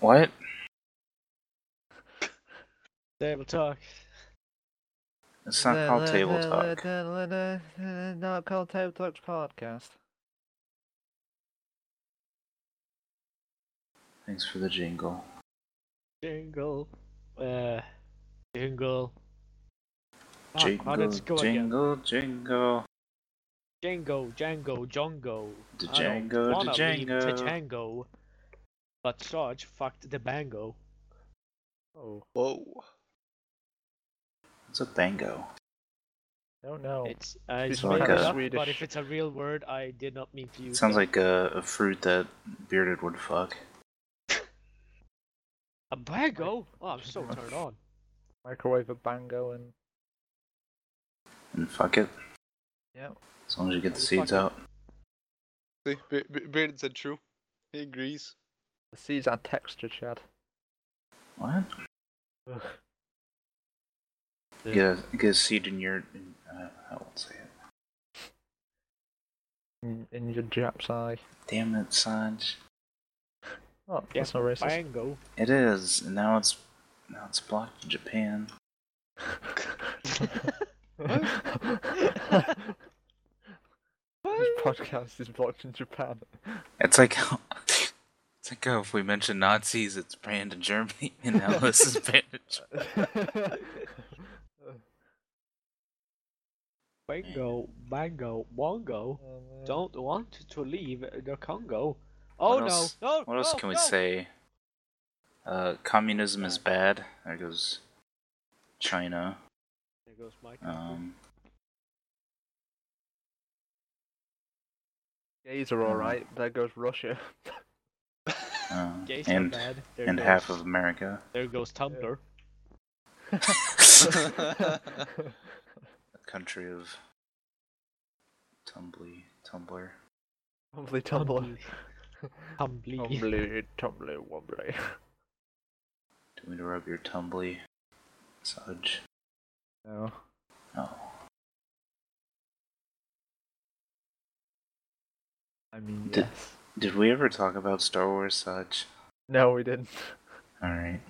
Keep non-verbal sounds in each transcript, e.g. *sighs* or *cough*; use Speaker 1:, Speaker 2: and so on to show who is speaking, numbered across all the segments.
Speaker 1: What?
Speaker 2: Table talk.
Speaker 1: It's not called table talk.
Speaker 2: Not called table talk podcast.
Speaker 1: Thanks for the jingle.
Speaker 2: Jingle. Uh, jingle. Ah, how
Speaker 1: Jingle,
Speaker 2: did it go again?
Speaker 1: jingle, jingle.
Speaker 2: Django, Django, Django.
Speaker 1: The
Speaker 2: I don't
Speaker 1: Django,
Speaker 2: wanna
Speaker 1: the
Speaker 2: leave the
Speaker 1: Django.
Speaker 2: Django. But Sarge fucked the bango. Oh,
Speaker 3: Whoa.
Speaker 1: It's a tango.
Speaker 4: I don't know.
Speaker 2: it's uh,
Speaker 4: It's
Speaker 2: it's
Speaker 1: like
Speaker 2: made it
Speaker 1: a-
Speaker 2: up, but
Speaker 4: Swedish.
Speaker 2: if it's a real word, I did not mean to
Speaker 1: It
Speaker 2: use.
Speaker 1: sounds
Speaker 2: it.
Speaker 1: like a, a fruit that Bearded would fuck.
Speaker 2: a bango. Oh, I'm so turned on.
Speaker 4: Microwave a bango and
Speaker 1: And fuck it.
Speaker 4: yeah.
Speaker 1: As long as you get the
Speaker 2: Fuck
Speaker 1: seeds
Speaker 2: it.
Speaker 1: out.
Speaker 3: See, Be- Be- Bearded said true. He agrees.
Speaker 4: The seeds add texture, Chad.
Speaker 1: What?
Speaker 4: Ugh.
Speaker 1: Get a, get a seed in your. In, uh, I won't say it.
Speaker 4: In, in your Jap's eye.
Speaker 1: Damn it, Sanj.
Speaker 4: Oh, that's not racist.
Speaker 2: Bango.
Speaker 1: It is, and now it's now it's blocked in Japan.
Speaker 4: *laughs* this podcast is blocked in *laughs* Japan.
Speaker 1: It's like how *laughs* it's like how if we mention Nazis, it's banned in Germany, *laughs* and now this is banned. In Japan.
Speaker 2: Bango, bango, bongo.
Speaker 4: Oh,
Speaker 2: Don't want to leave the Congo. Oh no,
Speaker 1: else-
Speaker 2: no!
Speaker 1: What else
Speaker 2: no,
Speaker 1: can we
Speaker 2: no.
Speaker 1: say? Uh, communism is bad. There goes China.
Speaker 2: There goes Mike.
Speaker 1: Um,
Speaker 4: man. Gays are alright. There goes *laughs* Russia.
Speaker 1: uh,
Speaker 2: Gays are
Speaker 1: and
Speaker 2: bad. There
Speaker 1: and
Speaker 2: goes,
Speaker 1: half of
Speaker 2: *laughs*
Speaker 1: America.
Speaker 2: There goes Tumblr.
Speaker 1: A country of Tumbly Tumblr.
Speaker 4: Humbly Tumblr.
Speaker 2: Tumblr. Tumblr.
Speaker 4: Humbly Tumbly Wombly.
Speaker 1: Do we rub your Tumbly, Sudge?
Speaker 4: No.
Speaker 1: Oh,
Speaker 4: I mean,
Speaker 1: Did-
Speaker 4: yes.
Speaker 1: did we ever talk about Star Wars, Sudge?
Speaker 4: No, we didn't.
Speaker 1: All right.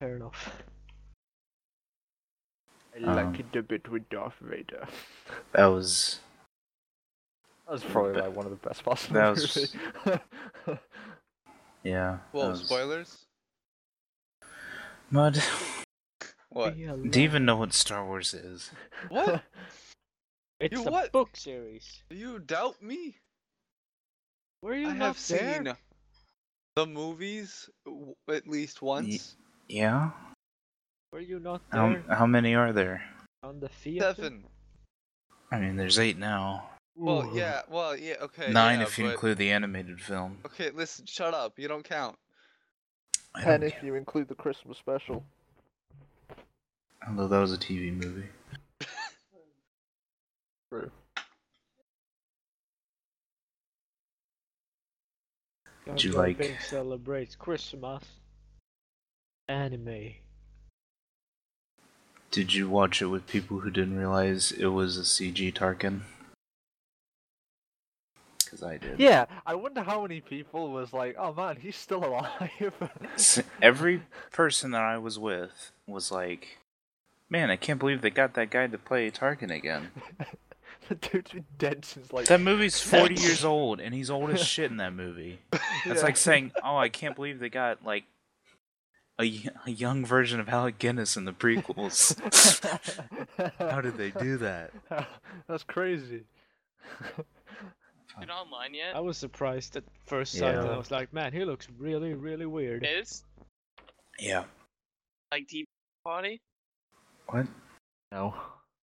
Speaker 2: Fair enough.
Speaker 4: I
Speaker 1: Um,
Speaker 4: like it a bit with Darth Vader.
Speaker 1: That was
Speaker 4: That was probably
Speaker 1: Ba-
Speaker 4: like one of the best *laughs* parts of the
Speaker 1: that was- *laughs*
Speaker 4: movie.
Speaker 1: yeah. that
Speaker 2: Um,
Speaker 3: Whoa,
Speaker 1: was-
Speaker 3: spoilers?
Speaker 1: Mud. *laughs*
Speaker 3: What?
Speaker 1: Do
Speaker 2: Be
Speaker 1: you
Speaker 2: alive.
Speaker 1: even know what Star Wars is?
Speaker 4: *laughs*
Speaker 3: What?
Speaker 2: It's
Speaker 3: You
Speaker 2: a
Speaker 3: what?
Speaker 2: book series.
Speaker 3: Do you doubt me?
Speaker 2: Were you
Speaker 3: I
Speaker 2: not
Speaker 3: have
Speaker 2: there?
Speaker 3: seen the movies w- at least once.
Speaker 1: Yeah.
Speaker 2: Were you not there
Speaker 1: How, how many are there?
Speaker 2: on the theater?
Speaker 3: Seven.
Speaker 1: I mean, there's eight now.
Speaker 3: Well, yeah, well, yeah, okay.
Speaker 1: Nine
Speaker 3: yeah,
Speaker 1: if you
Speaker 3: but-
Speaker 1: include the animated film.
Speaker 3: Okay, listen, shut up. You don't count.
Speaker 1: I don't
Speaker 4: And if
Speaker 1: care.
Speaker 4: you include the Christmas special.
Speaker 1: Although that was a TV movie.
Speaker 4: True.
Speaker 1: Would you
Speaker 2: Gunga
Speaker 1: like-
Speaker 2: Bing celebrates Christmas. Anime.
Speaker 1: Did you watch it with people who didn't realize it was a CG Tarkin? Because I did.
Speaker 4: Yeah, I wonder how many people was like, oh man, he's still alive.
Speaker 1: *laughs* S- Every person that I was with was like, "Man, I can't believe they got that guy to play Tarkin again."
Speaker 4: *laughs* the dude's been dead since like. *laughs*
Speaker 1: That movie's 40 years old, and he's old as shit in that movie. That's
Speaker 4: Yeah.
Speaker 1: like saying, "Oh, I can't believe they got like a, y- a young version of Alec Guinness in the
Speaker 4: *laughs*
Speaker 1: prequels." How did they do that?
Speaker 4: That's crazy. *laughs*
Speaker 5: Is it online yet?
Speaker 2: I was surprised at first sight.
Speaker 1: Yeah.
Speaker 2: and I was like, man, he looks really, really weird.
Speaker 5: It is?
Speaker 1: Yeah.
Speaker 5: Like deep body?
Speaker 1: What?
Speaker 4: no.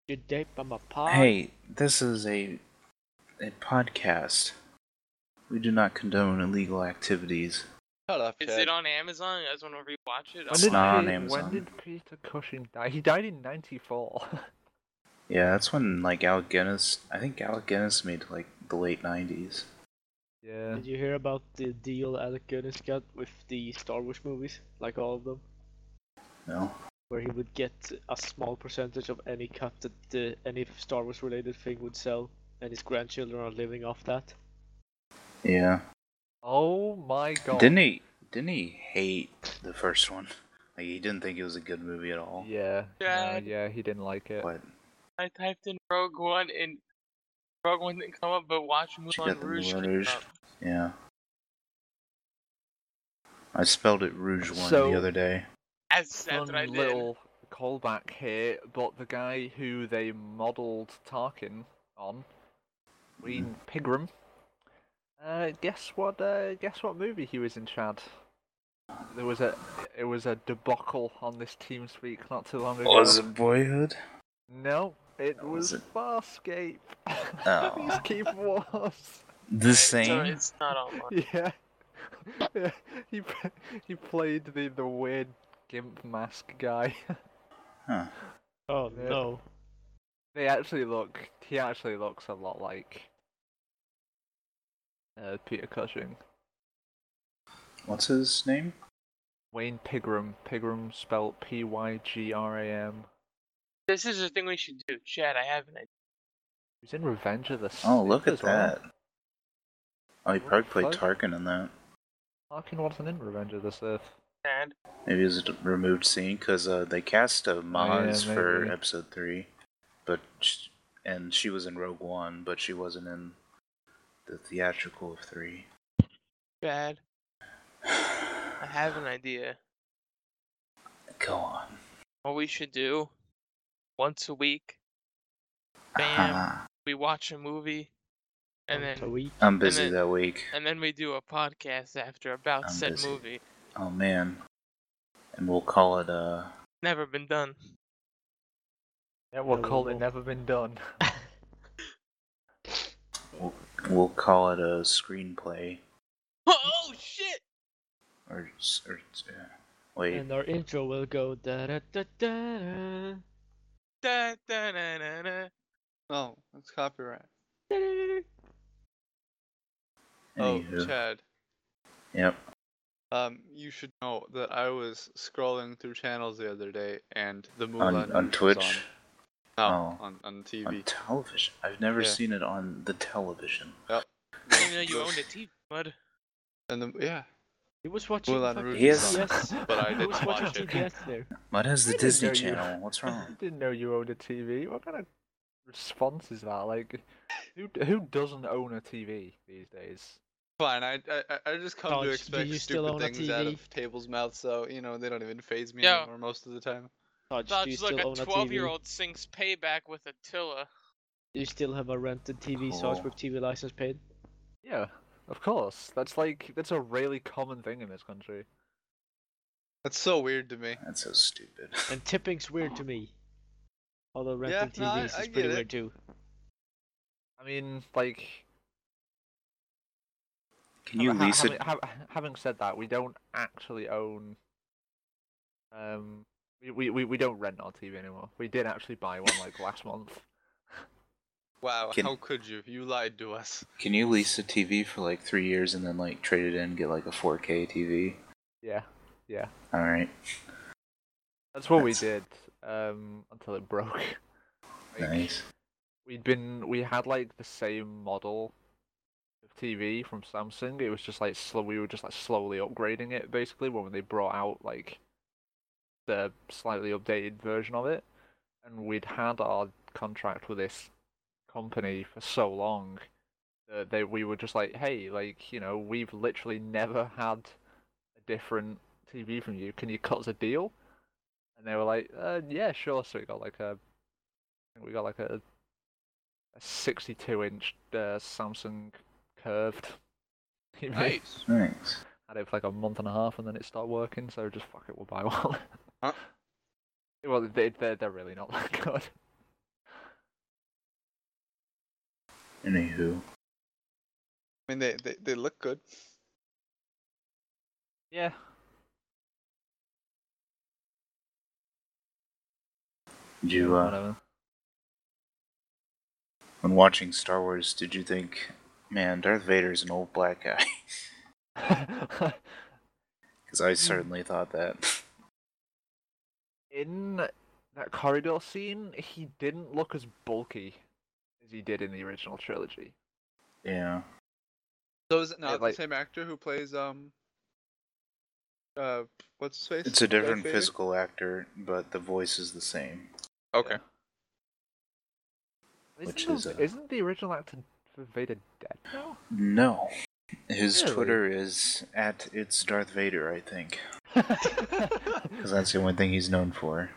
Speaker 2: You date by my
Speaker 4: Uh,
Speaker 2: pod.
Speaker 1: Hey, this is a a podcast. We do not condone illegal activities.
Speaker 3: Shut up,
Speaker 5: Is
Speaker 3: Chad.
Speaker 5: it on Amazon? You guys want to rewatch it?
Speaker 1: It's did- not on Amazon.
Speaker 4: when did Peter Cushing die? He died in *laughs* '94.
Speaker 1: Yeah, that's when like Alec Guinness. I think Alec Guinness made like the late '90s.
Speaker 4: yeah.
Speaker 2: Did you hear about the deal Alec Guinness got with the Star Wars movies? Like all of them?
Speaker 1: No.
Speaker 2: Where he would get a small percentage of any cut that the, any Star Wars related thing would sell, and his grandchildren are living off that.
Speaker 1: Yeah.
Speaker 4: Oh my god.
Speaker 1: Didn't he? Didn't he hate the first one? Like he didn't think it was a good movie at all.
Speaker 4: Yeah. Yeah.
Speaker 5: Dad.
Speaker 4: yeah, he didn't like it.
Speaker 1: But
Speaker 5: I typed in Rogue One and Rogue One didn't come up, but watch Moulin
Speaker 1: the
Speaker 5: Rouge.
Speaker 1: Moulin
Speaker 5: came
Speaker 1: Rouge.
Speaker 5: up.
Speaker 1: yeah. I spelled it Rouge One
Speaker 4: So-
Speaker 1: the other day.
Speaker 5: As that's
Speaker 4: Fun
Speaker 5: what I did.
Speaker 4: little callback here, but the guy who they modelled Tarkin on, Green
Speaker 1: Hmm.
Speaker 4: Pigram. Uh, guess what? Uh, guess what movie he was in, Chad? There was a it was a debacle on this TeamSpeak not too long ago.
Speaker 1: Was it Boyhood?
Speaker 4: No, it
Speaker 1: Was
Speaker 4: was
Speaker 1: it?
Speaker 4: Farscape.
Speaker 1: Oh.
Speaker 4: *laughs* These
Speaker 1: *laughs*
Speaker 4: keep wars.
Speaker 1: The
Speaker 5: Right, So
Speaker 1: same.
Speaker 5: it's not online.
Speaker 4: *laughs* Yeah. yeah. He p- he played the the weird gimp mask guy. *laughs*
Speaker 1: Huh.
Speaker 2: Oh
Speaker 4: Yeah.
Speaker 2: no.
Speaker 4: They actually look. He actually looks a lot like uh, Peter Cushing.
Speaker 1: What's his name?
Speaker 4: Wayne Pigram. Pigram spelled P Y G R A M.
Speaker 5: This is the thing we should do. Chad, I have an idea.
Speaker 4: He's in Revenge of the Sith.
Speaker 1: Oh, look at
Speaker 4: as well.
Speaker 1: that. Oh, he
Speaker 4: What
Speaker 1: probably
Speaker 4: the
Speaker 1: played
Speaker 4: fuck?
Speaker 1: Tarkin in that.
Speaker 4: Tarkin wasn't in Revenge of the Sith.
Speaker 5: Chad.
Speaker 1: Maybe it was a d- removed scene because uh, they cast a Maz for
Speaker 4: Oh, maybe.
Speaker 1: episode three, but sh and she was in Rogue One, but she wasn't in the theatrical of three.
Speaker 5: Chad, I have an idea.
Speaker 1: Go on.
Speaker 5: What we should do once a week,
Speaker 1: Uh-huh.
Speaker 5: bam, we watch a movie, and
Speaker 2: Once a
Speaker 5: then
Speaker 2: week.
Speaker 1: *laughs* I'm busy
Speaker 5: then-
Speaker 1: that week.
Speaker 5: and then we do a podcast after about
Speaker 1: I'm
Speaker 5: said
Speaker 1: busy.
Speaker 5: movie.
Speaker 1: Oh man. And we'll call it uh
Speaker 5: Never been done. *laughs*
Speaker 4: Yeah, we'll
Speaker 2: Yeah,
Speaker 4: call it
Speaker 2: we'll-
Speaker 4: Never Been Done.
Speaker 1: we'll call it a screenplay
Speaker 5: Oh shit!
Speaker 1: or s- or s- uh, wait
Speaker 2: And our intro will go da da da da. da.
Speaker 5: Da, da, da, da, da.
Speaker 3: No, that's copyright. Oh,
Speaker 1: anywho.
Speaker 3: Chad.
Speaker 1: yep
Speaker 3: Um, you should know that I was scrolling through channels the other day, and the
Speaker 1: on
Speaker 3: Mulan
Speaker 1: on
Speaker 3: Rouge was
Speaker 1: Twitch
Speaker 3: on.
Speaker 1: Oh.
Speaker 3: No, on on
Speaker 1: on
Speaker 3: TV.
Speaker 1: television. I've never
Speaker 3: Yeah.
Speaker 1: seen it on the television.
Speaker 5: I didn't know you owned a TV, bud.
Speaker 3: And the, yeah,
Speaker 2: He was watching
Speaker 3: Moulin
Speaker 2: fucking
Speaker 3: Rouge
Speaker 1: is on.
Speaker 2: TBS. *laughs*
Speaker 3: but I
Speaker 2: He was
Speaker 3: didn't watch
Speaker 2: watching
Speaker 3: it.
Speaker 2: TBS there. *laughs*
Speaker 1: Mud has
Speaker 4: I
Speaker 1: the
Speaker 4: didn't
Speaker 1: Disney
Speaker 4: know you- *laughs*
Speaker 1: Channel. What's
Speaker 4: I
Speaker 1: wrong?
Speaker 4: didn't know you owned a TV. What kind of response is that? Like, who d- who doesn't own a TV these days?
Speaker 3: Fine, I I, I- I just come
Speaker 2: Dodge,
Speaker 3: to
Speaker 2: do
Speaker 3: expect
Speaker 2: you still
Speaker 3: stupid
Speaker 2: own a
Speaker 3: things out
Speaker 2: TV?
Speaker 3: of tables' mouths, so you know they don't even phase me
Speaker 5: Yeah.
Speaker 3: anymore most of the time.
Speaker 2: Dodge, do you
Speaker 5: Dodge,
Speaker 2: still
Speaker 5: look, a
Speaker 2: own a
Speaker 5: 12 year
Speaker 2: TV?
Speaker 5: old sings payback with Attila.
Speaker 2: Do you still have a rented TV source
Speaker 1: Cool.
Speaker 2: with TV license paid?
Speaker 4: Yeah, of course. That's like that's a really common thing in this country.
Speaker 3: That's so weird to me.
Speaker 1: That's so stupid.
Speaker 2: And tipping's weird to me. Although
Speaker 3: Yeah,
Speaker 2: renting
Speaker 3: no, I-
Speaker 2: TVs
Speaker 3: I
Speaker 2: is
Speaker 3: get
Speaker 2: pretty
Speaker 3: it.
Speaker 2: weird too.
Speaker 4: I mean, like.
Speaker 1: *laughs* Can you
Speaker 4: ha-
Speaker 1: lease
Speaker 4: having,
Speaker 1: it?
Speaker 4: ha- having said that, we don't actually own. Um, we, we we we don't rent our TV anymore. We did actually buy one like last month.
Speaker 3: Wow,
Speaker 1: Can-
Speaker 3: how could you? You lied to us.
Speaker 1: Can you lease a TV for like three years and then like trade it in, get like a 4K TV?
Speaker 4: Yeah,
Speaker 1: All right.
Speaker 4: that's what we
Speaker 1: That's-
Speaker 4: did. Um, until it broke. Like,
Speaker 1: Nice.
Speaker 4: we'd been we had like the same model of TV from Samsung. It was just like slow. We were just like slowly upgrading it basically when they brought out like the slightly updated version of it, and we'd had our contract with this company for so long that they we were just like, hey, like you know, we've literally never had a different TV from you. Can you cut us a deal? And they were like, uh, yeah, sure. So we got like a, I think we got like a a 62 inch uh, Samsung curved *laughs* TV.
Speaker 3: Nice.
Speaker 1: Nice.
Speaker 4: Had it for like a month and a half and then it started working, so just fuck it, we'll buy one. *laughs*
Speaker 3: Huh?
Speaker 4: Well, they, they're, they're really not that good.
Speaker 1: Anywho,
Speaker 3: I mean, they, they they look good.
Speaker 4: Yeah.
Speaker 1: did you uh,
Speaker 4: Whatever.
Speaker 1: when watching Star Wars, did you think, man, Darth Vader's an old black guy? *laughs* Because I certainly thought that.
Speaker 4: *laughs*
Speaker 1: *laughs*
Speaker 4: in that corridor scene, he didn't look as bulky as he did in the original trilogy.
Speaker 1: yeah.
Speaker 3: So is it not
Speaker 4: like-
Speaker 3: the same actor who plays um Uh, what's his face?
Speaker 1: It's a
Speaker 3: Darth
Speaker 1: different
Speaker 3: Vader?
Speaker 1: physical actor, but the voice is the same.
Speaker 5: Okay.
Speaker 4: Isn't,
Speaker 1: Which
Speaker 4: the,
Speaker 1: is, uh,
Speaker 4: isn't the original actor for Vader dead now?
Speaker 1: No. His
Speaker 4: Really?
Speaker 1: Twitter is at it's Darth Vader, I think, because that's the only thing he's known for.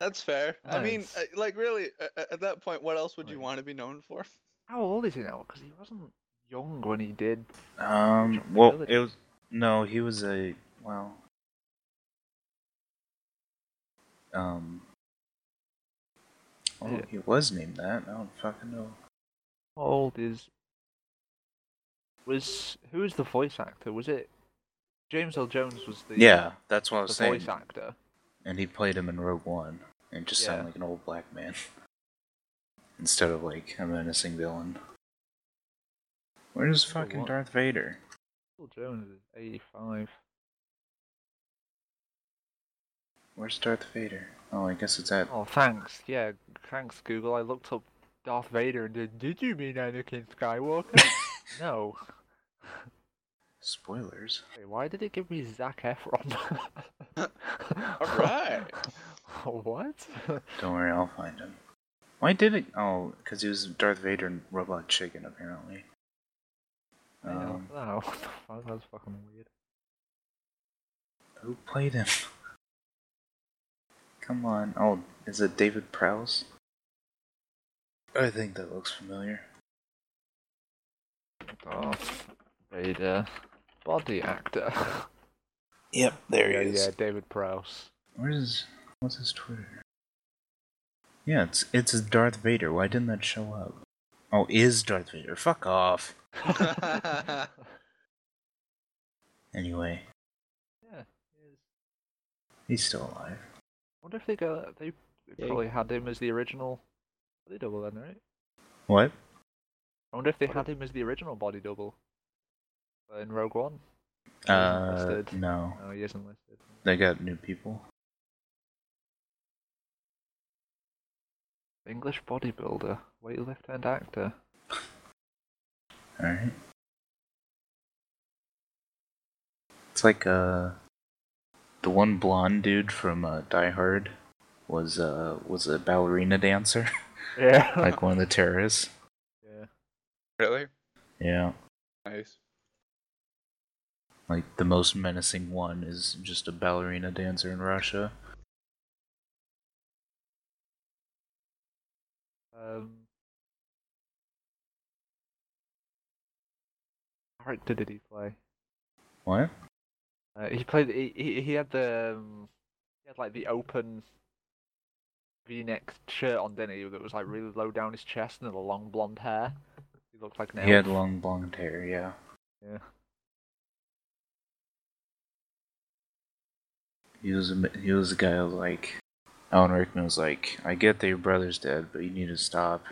Speaker 3: That's fair. I mean,
Speaker 4: Nice.
Speaker 3: uh, like, really, a- a- at that point, what else would you
Speaker 4: Right.
Speaker 3: want to be known for?
Speaker 4: How old is he now? Because he wasn't young when he did.
Speaker 1: Um, well, it was no, he was a well. Um. Oh,
Speaker 4: Yeah.
Speaker 1: he was named that. I don't fucking know.
Speaker 4: How old is. Was. Who was the voice actor? Was it. James L. Jones was the,
Speaker 1: Yeah, that's what I
Speaker 4: the
Speaker 1: was saying.
Speaker 4: voice actor.
Speaker 1: And he played him in Rogue One, and just sounded
Speaker 4: Yeah.
Speaker 1: like an old black man *laughs* instead of like a menacing villain. Where's
Speaker 4: Rogue
Speaker 1: fucking
Speaker 4: One.
Speaker 1: Darth Vader?
Speaker 4: L. Jones is 85.
Speaker 1: Where's Darth Vader? Oh, I guess it's at.
Speaker 4: Oh, thanks. Yeah, thanks, Google. I looked up Darth Vader and did, did you mean Anakin
Speaker 1: *laughs*
Speaker 4: Skywalker? no.
Speaker 1: Spoilers.
Speaker 4: Wait, why did it give me Zac Efron?
Speaker 1: *laughs*
Speaker 4: *laughs*
Speaker 3: Alright.
Speaker 4: what? *laughs*
Speaker 1: Don't worry, I'll find him. Why did it? Oh, because he was Darth Vader and Robot Chicken, apparently.
Speaker 4: I
Speaker 1: Um,
Speaker 4: don't know. Oh, What the fuck? That's fucking weird.
Speaker 1: who played him? *laughs* Come on. Oh, is it David Prowse? I think that looks familiar.
Speaker 4: Darth Vader. Body actor. *laughs*
Speaker 1: Yep, there
Speaker 4: yeah, yeah, David Prowse. *laughs*
Speaker 1: Where's what's his Twitter? Yeah, it's it's Darth Vader. Why didn't that show up? Oh, is Darth Vader? Fuck off.
Speaker 4: yeah.
Speaker 1: Anyway,
Speaker 4: he is.
Speaker 1: he's still alive.
Speaker 4: wonder if they go. They
Speaker 2: Yeah.
Speaker 4: probably had him as the original body double then, right?
Speaker 1: What?
Speaker 4: I wonder if they had him as the original body double uh, in Rogue One. He isn't
Speaker 1: Uh,
Speaker 4: listed.
Speaker 1: no,
Speaker 4: No, he isn't listed.
Speaker 1: they got new people.
Speaker 4: English bodybuilder, weightlifter, and actor. *laughs*
Speaker 1: All right. It's like uh, the one blonde dude from uh, Die Hard was uh was a ballerina dancer, *laughs*
Speaker 4: Yeah.
Speaker 1: like one of the terrorists.
Speaker 4: *laughs* yeah.
Speaker 3: Really?
Speaker 1: Yeah,
Speaker 3: Nice.
Speaker 1: like the most menacing one is just a ballerina dancer in Russia.
Speaker 4: Um. Character did he play?
Speaker 1: What?
Speaker 4: Uh, he played. He, he he had the um, he had like the open V-neck shirt on, didn't he? That was like really low down his chest and the long blonde hair. He looked like an
Speaker 1: He had
Speaker 4: elf.
Speaker 1: long blonde hair. Yeah.
Speaker 4: Yeah.
Speaker 1: He was a, m- he was a guy who, like Alan Rickman was like, I get that your brother's dead, but you need to stop.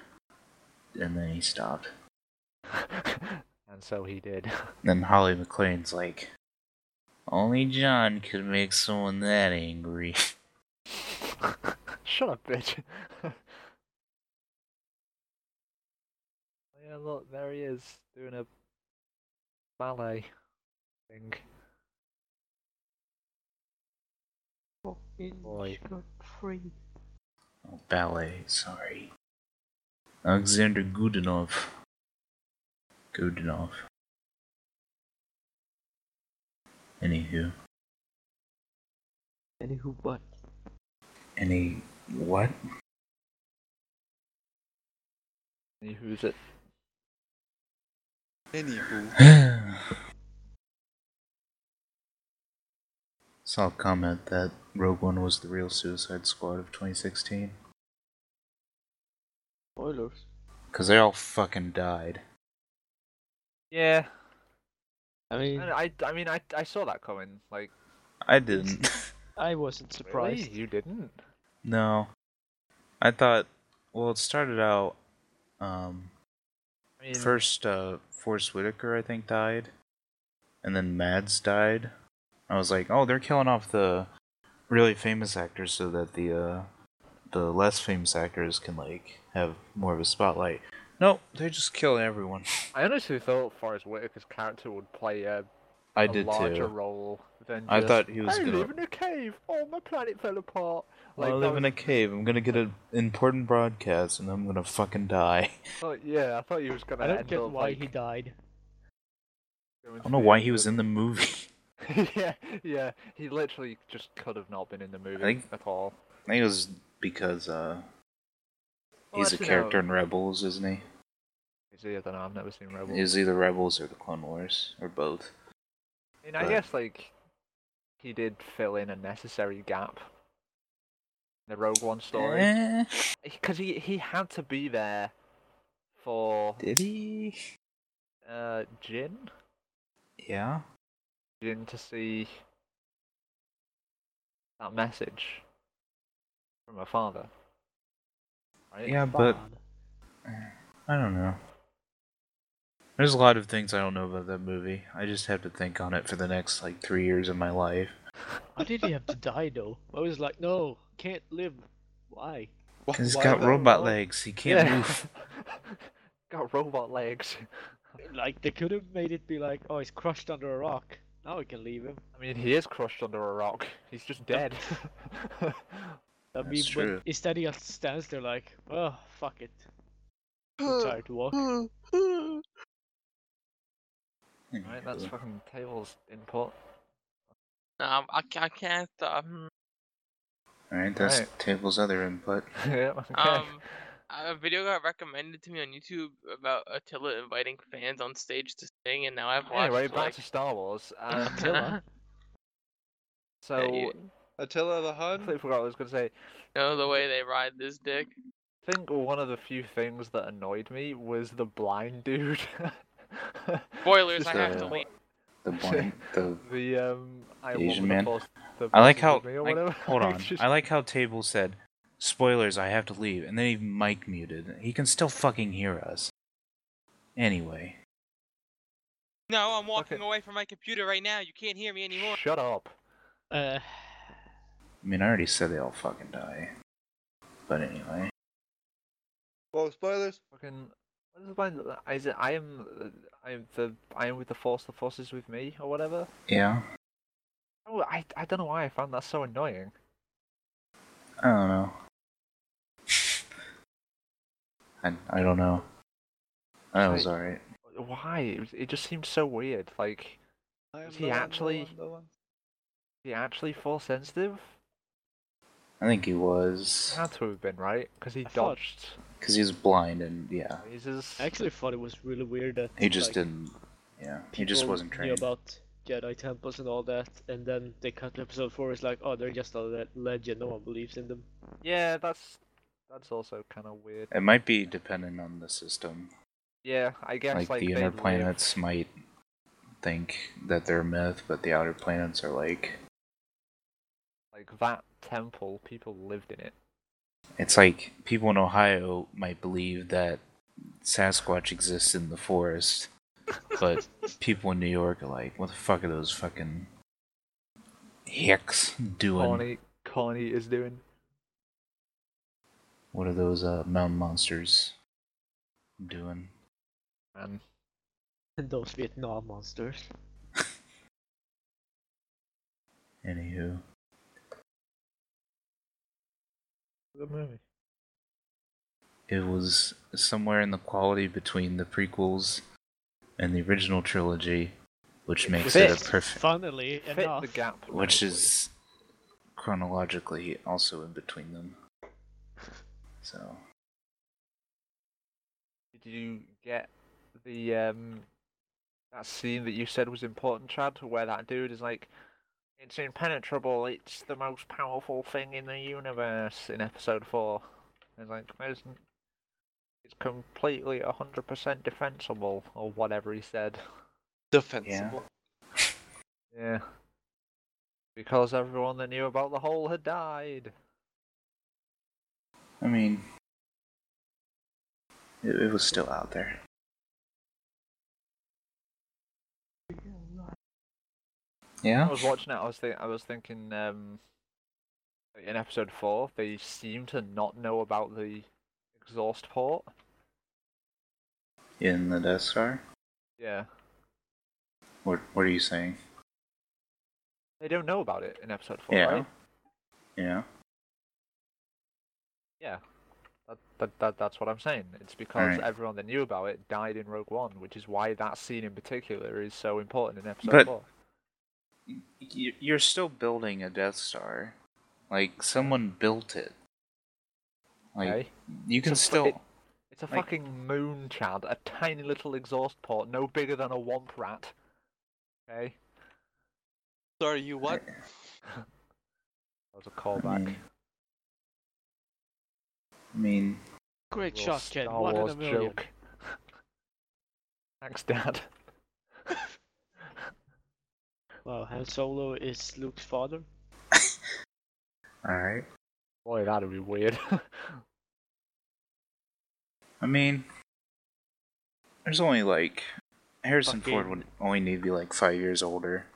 Speaker 1: And then he stopped.
Speaker 4: *laughs* and so he did. *laughs*
Speaker 1: Then Holly McLean's like, only John could make someone that angry. *laughs*
Speaker 4: Shut up, bitch. *laughs* yeah, look, there he is doing a ballet thing. Boy.
Speaker 2: Free.
Speaker 1: Oh, ballet, sorry. Alexander Gudinov. Gudinov. Anywho.
Speaker 2: Anywho, what?
Speaker 1: Any. What? *sighs*
Speaker 4: Who's it?
Speaker 3: Anywho.
Speaker 1: Saw a comment that Rogue One was the real Suicide Squad of 2016.
Speaker 2: Spoilers.
Speaker 1: Because they all fucking died.
Speaker 4: Yeah,
Speaker 2: I mean,
Speaker 4: I, I, I mean, I, I saw that coming. Like,
Speaker 1: I didn't.
Speaker 2: I wasn't surprised.
Speaker 4: really? you didn't.
Speaker 1: No. I thought well it started out um
Speaker 4: I mean,
Speaker 1: first uh Forrest Whitaker I think died and then Mads died. I was like, "Oh, they're killing off the really famous actors so that the uh the less famous actors can like have more of a spotlight." Nope, they just kill everyone. *laughs*
Speaker 4: I honestly thought Forrest Whitaker's character would play a
Speaker 1: I
Speaker 4: a
Speaker 1: did
Speaker 4: larger
Speaker 1: too.
Speaker 4: role than
Speaker 1: I
Speaker 4: just,
Speaker 1: thought he was
Speaker 4: I
Speaker 1: gonna.
Speaker 4: live in a cave. Oh, my planet fell apart. Like,
Speaker 1: I
Speaker 4: that
Speaker 1: live in
Speaker 4: was-
Speaker 1: a cave. I'm gonna get an important broadcast, and I'm gonna fucking die. *laughs*
Speaker 4: oh, yeah, I thought he was gonna.
Speaker 2: I don't
Speaker 4: end
Speaker 2: get
Speaker 4: up,
Speaker 2: why
Speaker 4: like,
Speaker 2: he died.
Speaker 4: going
Speaker 1: I
Speaker 4: to
Speaker 1: don't know
Speaker 4: the
Speaker 1: why
Speaker 4: end
Speaker 1: he was
Speaker 4: of-
Speaker 1: in the movie.
Speaker 4: *laughs*
Speaker 1: *laughs*
Speaker 4: yeah, yeah, he literally just could have not been in the movie
Speaker 1: think-
Speaker 4: at all.
Speaker 1: I think it was because uh,
Speaker 4: Well,
Speaker 1: he's a
Speaker 4: actually, no,
Speaker 1: character in Rebels, isn't
Speaker 4: Is he? I don't know. I've never seen
Speaker 1: he?
Speaker 4: Rebels.
Speaker 1: He's either Rebels or the Clone Wars or both.
Speaker 4: I mean, I
Speaker 1: but-
Speaker 4: guess like he did fill in a necessary gap. in The Rogue One story,
Speaker 1: Eh,
Speaker 4: because he he had to be there for
Speaker 1: did he?
Speaker 4: uh Jin.
Speaker 1: Yeah.
Speaker 4: in to see that message from her father. Right?
Speaker 1: Yeah, but
Speaker 2: Bad.
Speaker 1: I don't know. There's a lot of things I don't know about that movie. I just have to think on it for the next like three years of my life.
Speaker 2: Why did he have to die though? I was like, no, can't live. Why?
Speaker 3: Why,
Speaker 1: 'Cause he's
Speaker 3: why
Speaker 1: got
Speaker 3: that-
Speaker 1: robot
Speaker 3: why-
Speaker 1: legs. He can't
Speaker 4: Yeah.
Speaker 1: move.
Speaker 4: *laughs* Got robot legs.
Speaker 2: Like they could have made it be like, oh, he's crushed under a rock. Now we can leave him.
Speaker 4: I mean, he is crushed under a rock. He's just
Speaker 1: *laughs*
Speaker 4: dead. *laughs*
Speaker 2: I
Speaker 1: That's
Speaker 2: mean,
Speaker 1: true.
Speaker 2: But instead he just stands there like, oh, fuck it. Too tired to walk.
Speaker 5: Why
Speaker 4: right, that's fucking Table's input. *laughs*
Speaker 5: No, I, ca- I can't. Um,
Speaker 1: Alright, that's
Speaker 4: Right.
Speaker 1: Table's other input.
Speaker 4: yeah, okay.
Speaker 5: Um, a video got recommended to me on YouTube about Attila inviting fans on stage to sing, and now I've watched
Speaker 4: anyway, back
Speaker 5: like.
Speaker 4: to Star
Speaker 5: *coughs*
Speaker 4: Wars. Um,
Speaker 5: *laughs*
Speaker 2: Attila?
Speaker 4: so,
Speaker 5: you-
Speaker 3: Attila the
Speaker 4: I
Speaker 3: Hun?
Speaker 4: completely forgot what I was going to say.
Speaker 5: know the way they ride this dick.
Speaker 4: I think one of the few things that annoyed me was the blind dude. *laughs*
Speaker 5: Spoilers, I
Speaker 1: Just,
Speaker 5: have
Speaker 1: uh,
Speaker 5: to leave.
Speaker 1: The
Speaker 4: *laughs*
Speaker 1: blind, the
Speaker 4: the um I
Speaker 1: Asian
Speaker 4: want the
Speaker 1: man.
Speaker 4: boss- the
Speaker 1: I like
Speaker 4: bosses
Speaker 1: how.
Speaker 4: with me or
Speaker 1: like, *laughs*
Speaker 4: whatever. *laughs*
Speaker 1: hold on.
Speaker 4: Just-
Speaker 1: I like how Table said, "Spoilers, I have to leave," and then he mic muted. He can still fucking hear us. Anyway,
Speaker 5: No, I'm walking
Speaker 4: Okay.
Speaker 5: away from my computer right now. You can't hear me anymore.
Speaker 4: Shut up.
Speaker 2: Uh,
Speaker 1: I mean, I already said they all fucking die. But anyway,
Speaker 3: Well, spoilers.
Speaker 4: Fucking what is the blind is it I am I am the I am with the force, the force is with me or whatever?
Speaker 1: yeah,
Speaker 4: Oh I I don't know why I found that so annoying.
Speaker 1: I don't know. I I don't know. That was
Speaker 4: Right.
Speaker 1: alright.
Speaker 4: Why? It, was- it just seemed so weird. Like
Speaker 3: I
Speaker 4: Is
Speaker 3: am
Speaker 4: he
Speaker 3: the one, the
Speaker 4: actually-
Speaker 3: one, the one.
Speaker 4: he actually force sensitive?
Speaker 1: I think he was
Speaker 4: Had to have been, right? Because he
Speaker 2: I thought-
Speaker 4: dodged
Speaker 1: because he's blind and yeah,
Speaker 4: lasers.
Speaker 2: I actually thought it was really weird that
Speaker 1: he just
Speaker 2: like,
Speaker 1: didn't. Yeah, he just
Speaker 2: people
Speaker 1: wasn't
Speaker 2: knew
Speaker 1: trained.
Speaker 2: about Jedi temples and all that, and then they cut to episode four. It's like, oh, they're just a le- legend. No one believes in them.
Speaker 4: Yeah, that's that's also kind of weird.
Speaker 1: It might be dependent on the system.
Speaker 4: Yeah, I guess
Speaker 1: like,
Speaker 4: like,
Speaker 1: the
Speaker 4: they
Speaker 1: inner
Speaker 4: live-
Speaker 1: planets might think that they're a myth, but the outer planets are like
Speaker 4: like that temple, people lived in it.
Speaker 1: it's like people in Ohio might believe that Sasquatch exists in the forest, but people in New York are like, what the fuck are those fucking hicks doing?
Speaker 4: Corny, Corny is doing.
Speaker 1: What are those uh, mountain monsters doing?
Speaker 4: Man,
Speaker 2: And those Vietnam monsters.
Speaker 1: Anywho,
Speaker 4: good movie.
Speaker 1: it was somewhere in the quality between the prequels and the original trilogy, which makes it a
Speaker 4: fits.
Speaker 1: perfect.
Speaker 2: Funnily
Speaker 4: Fit
Speaker 2: enough,
Speaker 4: the gap.
Speaker 1: which
Speaker 4: nicely.
Speaker 1: is chronologically also in between them. So
Speaker 4: Did you get the um that scene that you said was important, Chad, where that dude is like, "It's impenetrable. It's the most powerful thing in the universe." In episode four, it's like, "There's n- "It's completely hundred percent defensible," or whatever he said.
Speaker 3: Defensible.
Speaker 4: Yeah. Because everyone that knew about the hole had died.
Speaker 1: I mean, it, it was still out there.
Speaker 4: I
Speaker 1: Yeah,
Speaker 4: was watching it. I was think I was thinking um, in episode four they seem to not know about the exhaust port.
Speaker 1: in the Death Star.
Speaker 4: Yeah.
Speaker 1: What What are you saying?
Speaker 4: They don't know about it in episode four,
Speaker 1: Yeah.
Speaker 4: right?
Speaker 1: Yeah.
Speaker 4: Yeah. That, that, that, that's what I'm saying. It's because
Speaker 1: Alright.
Speaker 4: everyone that knew about it died in Rogue One, which is why that scene in particular is so important in episode
Speaker 1: But-
Speaker 4: four.
Speaker 1: Y- You're still building a Death Star. Like someone built it. Like
Speaker 4: okay?
Speaker 1: you can
Speaker 4: So
Speaker 1: still.
Speaker 4: fu- it- It's a
Speaker 1: like-
Speaker 4: fucking moon, Chad. A tiny little exhaust port, no bigger than a womp rat. Okay?
Speaker 3: Sorry,
Speaker 1: *laughs*
Speaker 3: you what?
Speaker 4: That was a callback.
Speaker 1: mean, I mean,
Speaker 2: Great
Speaker 4: Little
Speaker 2: shot, Ken.
Speaker 4: Star
Speaker 2: One in
Speaker 4: Wars
Speaker 2: a million.
Speaker 4: joke. *laughs* Thanks, Dad.
Speaker 2: Wow, Han Solo is Luke's father.
Speaker 1: all right.
Speaker 4: Boy, that'd be weird. *laughs*
Speaker 1: I mean, there's only like Harrison Ford
Speaker 2: Fucking-
Speaker 1: would only need to be like five years older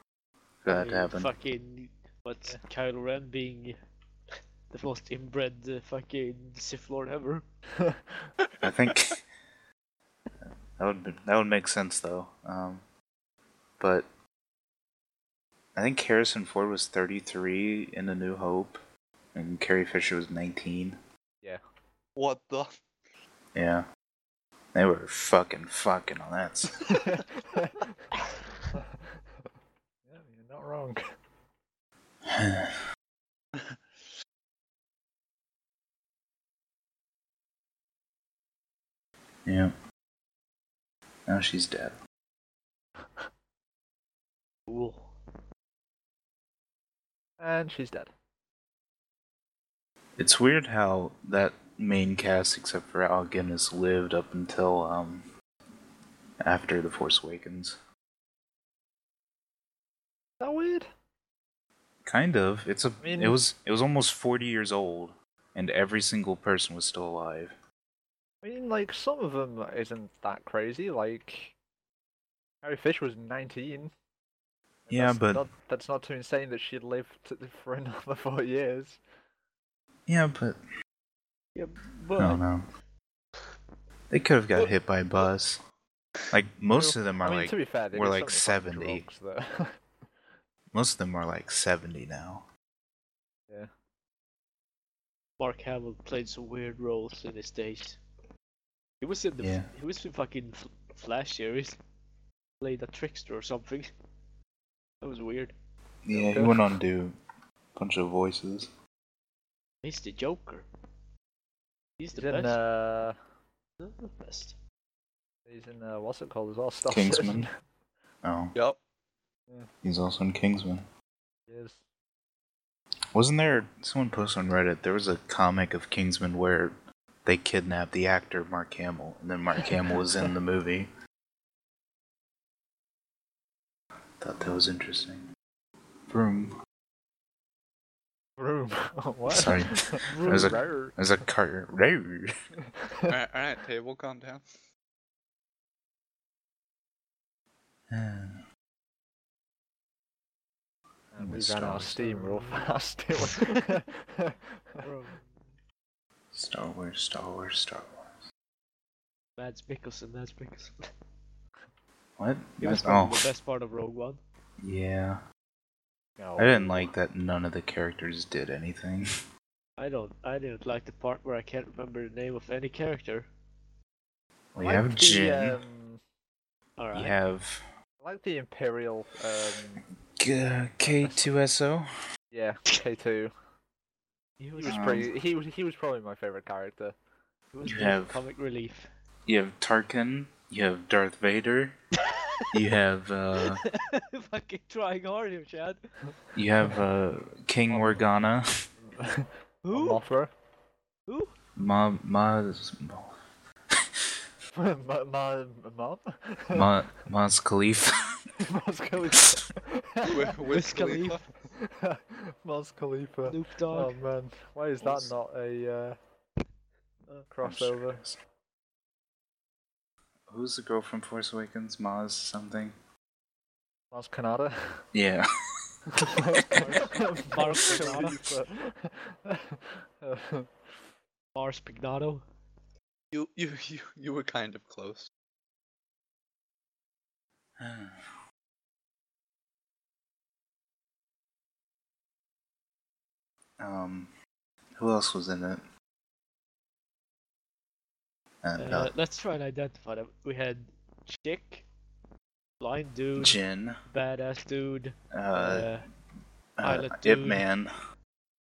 Speaker 1: for that to
Speaker 2: I mean,
Speaker 1: happen.
Speaker 2: Fucking, what's Kylo Ren being the most inbred uh, fucking Sith Lord ever?
Speaker 1: I think that would be, that would make sense though. Um, but I think Harrison Ford was 33 in A New Hope, and Carrie Fisher was 19.
Speaker 3: What the?
Speaker 1: Yeah, they were fucking fucking on that. s-
Speaker 4: *laughs* yeah, you're not wrong.
Speaker 1: *sighs* yeah. Now she's dead.
Speaker 2: Ooh.
Speaker 4: And she's dead.
Speaker 1: It's weird how that main cast, except for Al Guinness, lived up until um after The Force Awakens.
Speaker 4: Is that weird?
Speaker 1: Kind of. It's a.
Speaker 4: I mean-
Speaker 1: it was. It was almost forty years old, and every single person was still alive.
Speaker 4: I mean, like, some of them isn't that crazy. Like, Harry Fish was 19. and
Speaker 1: Yeah,
Speaker 4: that's
Speaker 1: but-
Speaker 4: Not, that's not too insane that she lived *laughs* for another four years.
Speaker 1: Yeah, but
Speaker 2: Yeah,
Speaker 1: I
Speaker 2: but
Speaker 1: don't know. They could have got hit by a bus. Like most of them are
Speaker 4: I mean,
Speaker 1: like
Speaker 4: to be fair, they
Speaker 1: were
Speaker 4: were
Speaker 1: like
Speaker 4: certainly
Speaker 1: 70.
Speaker 4: fucking drugs, though. *laughs*
Speaker 1: most of them are like seventy now.
Speaker 2: Mark Hamill played some weird roles in his days. He was in the
Speaker 1: Yeah.
Speaker 2: he was in fucking F- Flash series. Played a trickster or something. That was weird.
Speaker 1: Yeah,
Speaker 4: Okay.
Speaker 1: he went on to do a bunch of voices.
Speaker 2: He's the Joker. He's the
Speaker 4: he's in
Speaker 2: best.
Speaker 4: uh,
Speaker 2: Not the best.
Speaker 4: he's in uh, what's it called as well? Star
Speaker 1: Kingsman.
Speaker 4: Citizen.
Speaker 1: Oh,
Speaker 3: Yup.
Speaker 1: he's also in Kingsman.
Speaker 4: *laughs* Yes.
Speaker 1: Wasn't there someone posted on Reddit? There was a comic of Kingsman where they kidnapped the actor Mark Hamill, and then Mark Hamill was
Speaker 4: *laughs*
Speaker 1: in the movie. Thought that was interesting. Vroom.
Speaker 4: Room. *laughs* what?
Speaker 1: Sorry.
Speaker 4: Room.
Speaker 1: was a-
Speaker 4: rare.
Speaker 1: There's a car. *laughs* Rawr.
Speaker 3: Alright, alright, table, calm down.
Speaker 1: I
Speaker 4: *laughs* And we
Speaker 1: Star
Speaker 4: ran out of
Speaker 1: Wars.
Speaker 4: steam real fast. It was-
Speaker 2: *laughs*
Speaker 1: Star Wars, Star Wars, Star Wars.
Speaker 2: Mads Mikkelsen, Mads Mikkelsen.
Speaker 1: What?
Speaker 2: He
Speaker 1: That's-
Speaker 2: was probably
Speaker 1: oh,
Speaker 2: the best part of Rogue One.
Speaker 1: yeah.
Speaker 4: *laughs* No.
Speaker 1: I didn't like that none of the characters did anything.
Speaker 2: I don't. I didn't like the part where I can't remember the name of any character.
Speaker 1: We
Speaker 4: I
Speaker 1: have
Speaker 4: liked
Speaker 1: Jin.
Speaker 4: The, um,
Speaker 2: All
Speaker 1: you
Speaker 2: right.
Speaker 1: have
Speaker 4: I like the Imperial. Um,
Speaker 1: K- K2SO.
Speaker 4: yeah, K two.
Speaker 2: He
Speaker 4: He
Speaker 2: was,
Speaker 4: was
Speaker 1: Um,
Speaker 4: pretty. He was. He was probably my favorite character.
Speaker 2: he was
Speaker 1: you
Speaker 2: the
Speaker 1: have-
Speaker 2: comic relief.
Speaker 1: You have Tarkin. You have Darth *laughs* Vader. You have uh,
Speaker 2: *laughs* Fucking trying hard here, Chad.
Speaker 1: you have uh, King Organa,
Speaker 2: *laughs* Who?
Speaker 4: Mothra. *laughs*
Speaker 2: Who?
Speaker 1: Ma Ma
Speaker 4: Ma. Ma. Mom.
Speaker 1: Ma Maz Khalifa. *laughs*
Speaker 4: *laughs* Mos
Speaker 3: Wi-
Speaker 2: *laughs*
Speaker 4: Khalifa.
Speaker 3: Wiz
Speaker 2: Wiz Khalifa.
Speaker 3: Khalifa?
Speaker 4: *laughs* Mos Khalifa.
Speaker 2: Snoop
Speaker 4: Oh
Speaker 2: Dogg.
Speaker 4: man, why is that
Speaker 1: Mos-
Speaker 4: not a uh, Oh, crossover?
Speaker 1: Crossover. Who's the girl from Force Awakens? Maz something.
Speaker 4: Mos *laughs* Kanata.
Speaker 1: Yeah.
Speaker 4: Mos
Speaker 2: Kanata.
Speaker 4: Khalifa.
Speaker 2: Mars Pignato.
Speaker 3: You, you,
Speaker 1: Hmm.
Speaker 3: you, you were kind of close.
Speaker 1: Um, who else was in it? And
Speaker 2: Uh,
Speaker 1: uh,
Speaker 2: let's try and identify them. We had chick, blind dude,
Speaker 1: Jin,
Speaker 2: badass dude,
Speaker 1: uh,
Speaker 2: uh,
Speaker 1: uh,
Speaker 2: Pilot
Speaker 1: Ip
Speaker 2: Dude.
Speaker 1: Man,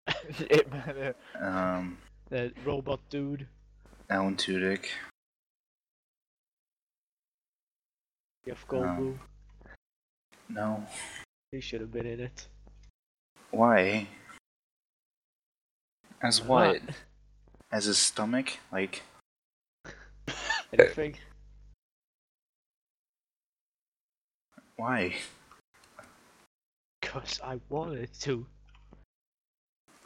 Speaker 4: *laughs* it man. yeah.
Speaker 1: um,
Speaker 2: uh, robot dude.
Speaker 1: Alan Tudyk,
Speaker 2: Jeff Goldblum.
Speaker 1: no,
Speaker 2: He should have been in it.
Speaker 1: why? As
Speaker 2: Why
Speaker 1: what?
Speaker 2: not?
Speaker 1: As his stomach? Like,
Speaker 2: *laughs* Anything?
Speaker 1: why?
Speaker 2: Because I wanted to.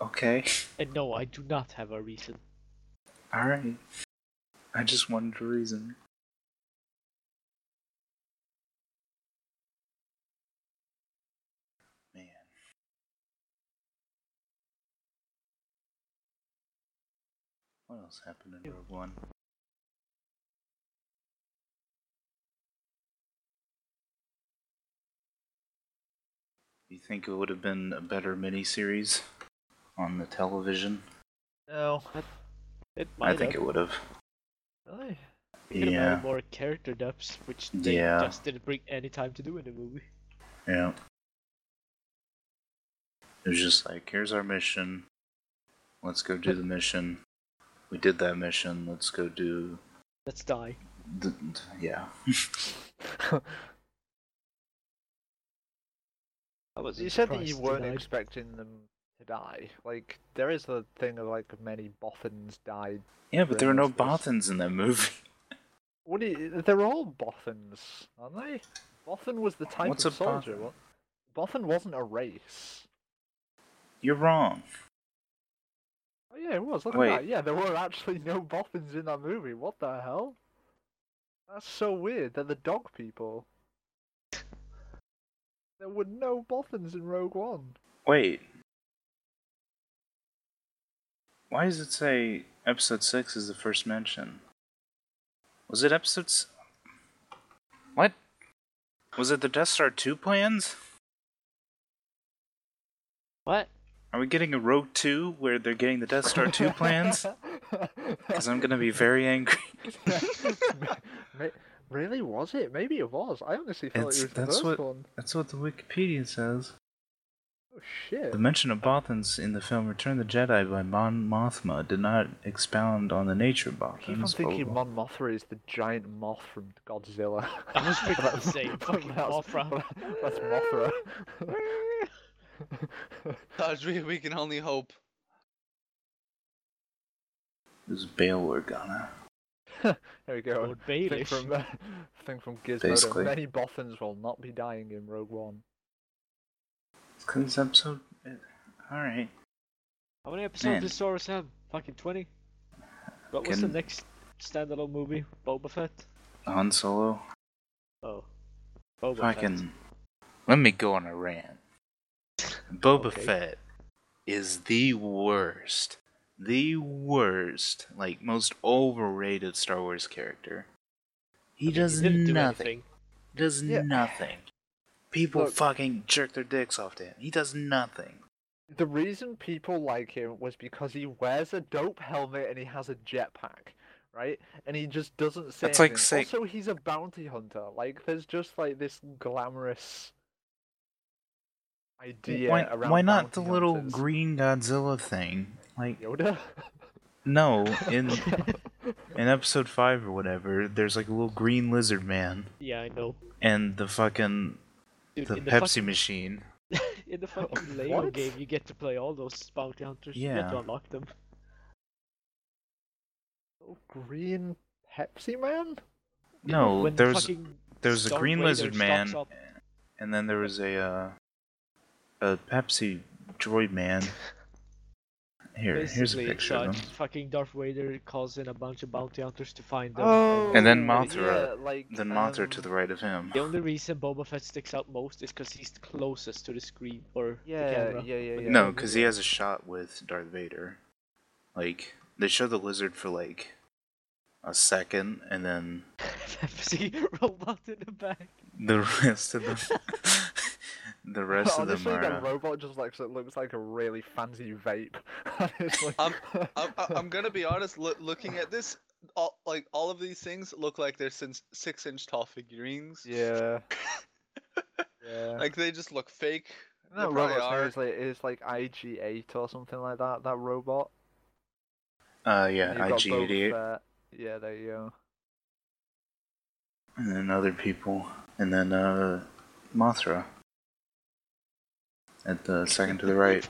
Speaker 1: Okay,
Speaker 2: And no, I do not have a reason.
Speaker 1: alright. I just wanted a reason. Man. What else happened in Rogue One? You think it would have been a better miniseries on the television?
Speaker 4: No.
Speaker 2: It might
Speaker 1: I think
Speaker 2: have.
Speaker 1: it would have.
Speaker 4: *laughs* Really?
Speaker 2: It could have
Speaker 1: Yeah.
Speaker 2: added more character depths, which they
Speaker 1: Yeah.
Speaker 2: just didn't bring any time to do in the movie.
Speaker 1: Yeah. It was just like, here's our mission. Let's go do the mission. We did that mission. Let's go do.
Speaker 2: Let's die.
Speaker 1: The, yeah. *laughs*
Speaker 2: I was
Speaker 4: you said that you
Speaker 2: surprised they
Speaker 4: weren't
Speaker 2: died.
Speaker 4: expecting them to die. Like there is a thing of like many boffins died.
Speaker 1: Yeah, but there were no
Speaker 4: References.
Speaker 1: Bothans in that movie. *laughs*
Speaker 4: What? Do you, they're all boffins, aren't they? Boffin was the type
Speaker 1: What's
Speaker 4: of
Speaker 1: a
Speaker 4: soldier.
Speaker 1: boffin?
Speaker 4: What? Boffin wasn't a race.
Speaker 1: You're wrong.
Speaker 4: Oh yeah, it was. Look
Speaker 1: Wait.
Speaker 4: at that. Yeah, there were actually no boffins in that movie. What the hell? That's so weird. They're the dog people. *laughs* There were no boffins in Rogue One.
Speaker 1: Wait. Why does it say episode 6 is the first mention? Was it episode. S- what? Was it the Death Star 2 plans?
Speaker 2: What?
Speaker 1: Are we getting a Rogue 2 where they're getting the Death Star 2
Speaker 4: *laughs*
Speaker 1: plans? Because I'm going to be very angry.
Speaker 4: *laughs* really was it? Maybe it was. I honestly thought
Speaker 1: It's-
Speaker 4: it was the
Speaker 1: that's
Speaker 4: first
Speaker 1: what-
Speaker 4: one.
Speaker 1: That's what the Wikipedia says.
Speaker 4: Oh shit.
Speaker 1: The mention of Bothans in the film Return of the Jedi by Mon Mothma did not expound on the nature of
Speaker 4: I keep on
Speaker 1: Bothans.
Speaker 4: thinking
Speaker 1: blah, blah,
Speaker 4: Mon Mothra is the giant moth from Godzilla.
Speaker 2: I was thinking the
Speaker 4: *laughs* But
Speaker 2: same
Speaker 4: but
Speaker 2: fucking
Speaker 4: that's-
Speaker 2: Mothra.
Speaker 4: but *laughs* That's Mothra.
Speaker 2: *laughs*
Speaker 4: *laughs*
Speaker 3: Dodge, we, we can only hope.
Speaker 1: blah. It was Bail Organa.
Speaker 4: *laughs* there we go.
Speaker 2: Lord
Speaker 4: Thing
Speaker 2: Baelish.
Speaker 4: from, *laughs* thing from Gizmodo.
Speaker 1: Basically.
Speaker 4: Many boffins will not be dying in Rogue One.
Speaker 1: Because it's episode. Alright.
Speaker 2: How many episodes
Speaker 1: Man.
Speaker 2: did Soros have? Fucking 20? What was the
Speaker 1: Can-
Speaker 2: next standalone movie? Boba Fett?
Speaker 1: Han Solo.
Speaker 2: Oh. Boba Fett.
Speaker 1: Fucking. Let me go on a rant. Boba
Speaker 2: Okay.
Speaker 1: Fett is the worst. The worst. Like, most overrated Star Wars character. He
Speaker 2: I mean,
Speaker 1: does
Speaker 2: didn't do
Speaker 1: nothing.
Speaker 2: anything.
Speaker 1: does
Speaker 4: Yeah.
Speaker 1: nothing. People
Speaker 4: Look-
Speaker 1: fucking jerk their dicks off to him. He does nothing.
Speaker 4: The reason people like him was because he wears a dope helmet and he has a jetpack, right? And he just doesn't say
Speaker 1: That's like
Speaker 4: anything.
Speaker 1: say-
Speaker 4: Also, he's a bounty hunter. Like, there's just like this glamorous idea
Speaker 1: why,
Speaker 4: around.
Speaker 1: why not the
Speaker 4: bounty
Speaker 1: little
Speaker 4: hunters.
Speaker 1: green Godzilla thing? Like
Speaker 4: Yoda? *laughs*
Speaker 1: no,
Speaker 2: *laughs*
Speaker 1: in in episode five or whatever, there's like a little green lizard man
Speaker 2: *laughs* Yeah, I know.
Speaker 1: and the fucking
Speaker 2: Dude,
Speaker 1: the
Speaker 2: in the
Speaker 1: Pepsi
Speaker 2: fucking-
Speaker 1: machine.
Speaker 2: *laughs* in
Speaker 1: *laughs*
Speaker 2: the fucking Lego
Speaker 4: What?
Speaker 2: game, you get to play all those bounty hunters. You get
Speaker 1: Yeah.
Speaker 2: to unlock them.
Speaker 4: Little green Pepsi man?
Speaker 1: No,
Speaker 2: *laughs* When
Speaker 1: there's
Speaker 2: fucking
Speaker 1: there's a
Speaker 2: Darth
Speaker 1: green
Speaker 2: Vader
Speaker 1: lizard
Speaker 2: stocks
Speaker 1: man,
Speaker 2: up-
Speaker 1: and then there was a uh, a Pepsi droid man. Here, here's a
Speaker 2: basically,
Speaker 1: picture of
Speaker 2: Darth-
Speaker 1: him.
Speaker 2: Fucking Darth Vader calls in a bunch of bounty hunters to find them.
Speaker 4: Oh,
Speaker 1: And then
Speaker 4: yeah,
Speaker 1: Mothra,
Speaker 4: like,
Speaker 1: Then Mothra to
Speaker 4: um,
Speaker 1: the right of him.
Speaker 2: The only reason Boba Fett sticks out most is because he's closest to the screen or the
Speaker 4: Yeah,
Speaker 2: camera.
Speaker 4: yeah, yeah, yeah.
Speaker 2: *laughs*
Speaker 1: No, because he has a shot with Darth Vader. Like they show the lizard for like a second, and then *laughs*
Speaker 2: Pepsi robot in the back.
Speaker 1: the rest of the The rest of them
Speaker 4: Honestly,
Speaker 1: are.
Speaker 4: that
Speaker 1: uh,
Speaker 4: robot just looks looks like a really fancy vape. *laughs* Honestly. *laughs*
Speaker 3: I'm- I'm, I- I'm gonna be honest. Lo- looking at this, all like all of these things look like they're since six inch tall figurines. *laughs*
Speaker 4: Yeah. yeah.
Speaker 3: Like they just look fake.
Speaker 4: No,
Speaker 3: they probably
Speaker 4: robot
Speaker 3: are.
Speaker 4: seriously it is like IG8 or something like that. That robot.
Speaker 1: uh, yeah,
Speaker 4: You've got both,
Speaker 1: IG88
Speaker 4: uh, yeah, there you go.
Speaker 1: and then other people, and then uh, Mothra. At the second to the right.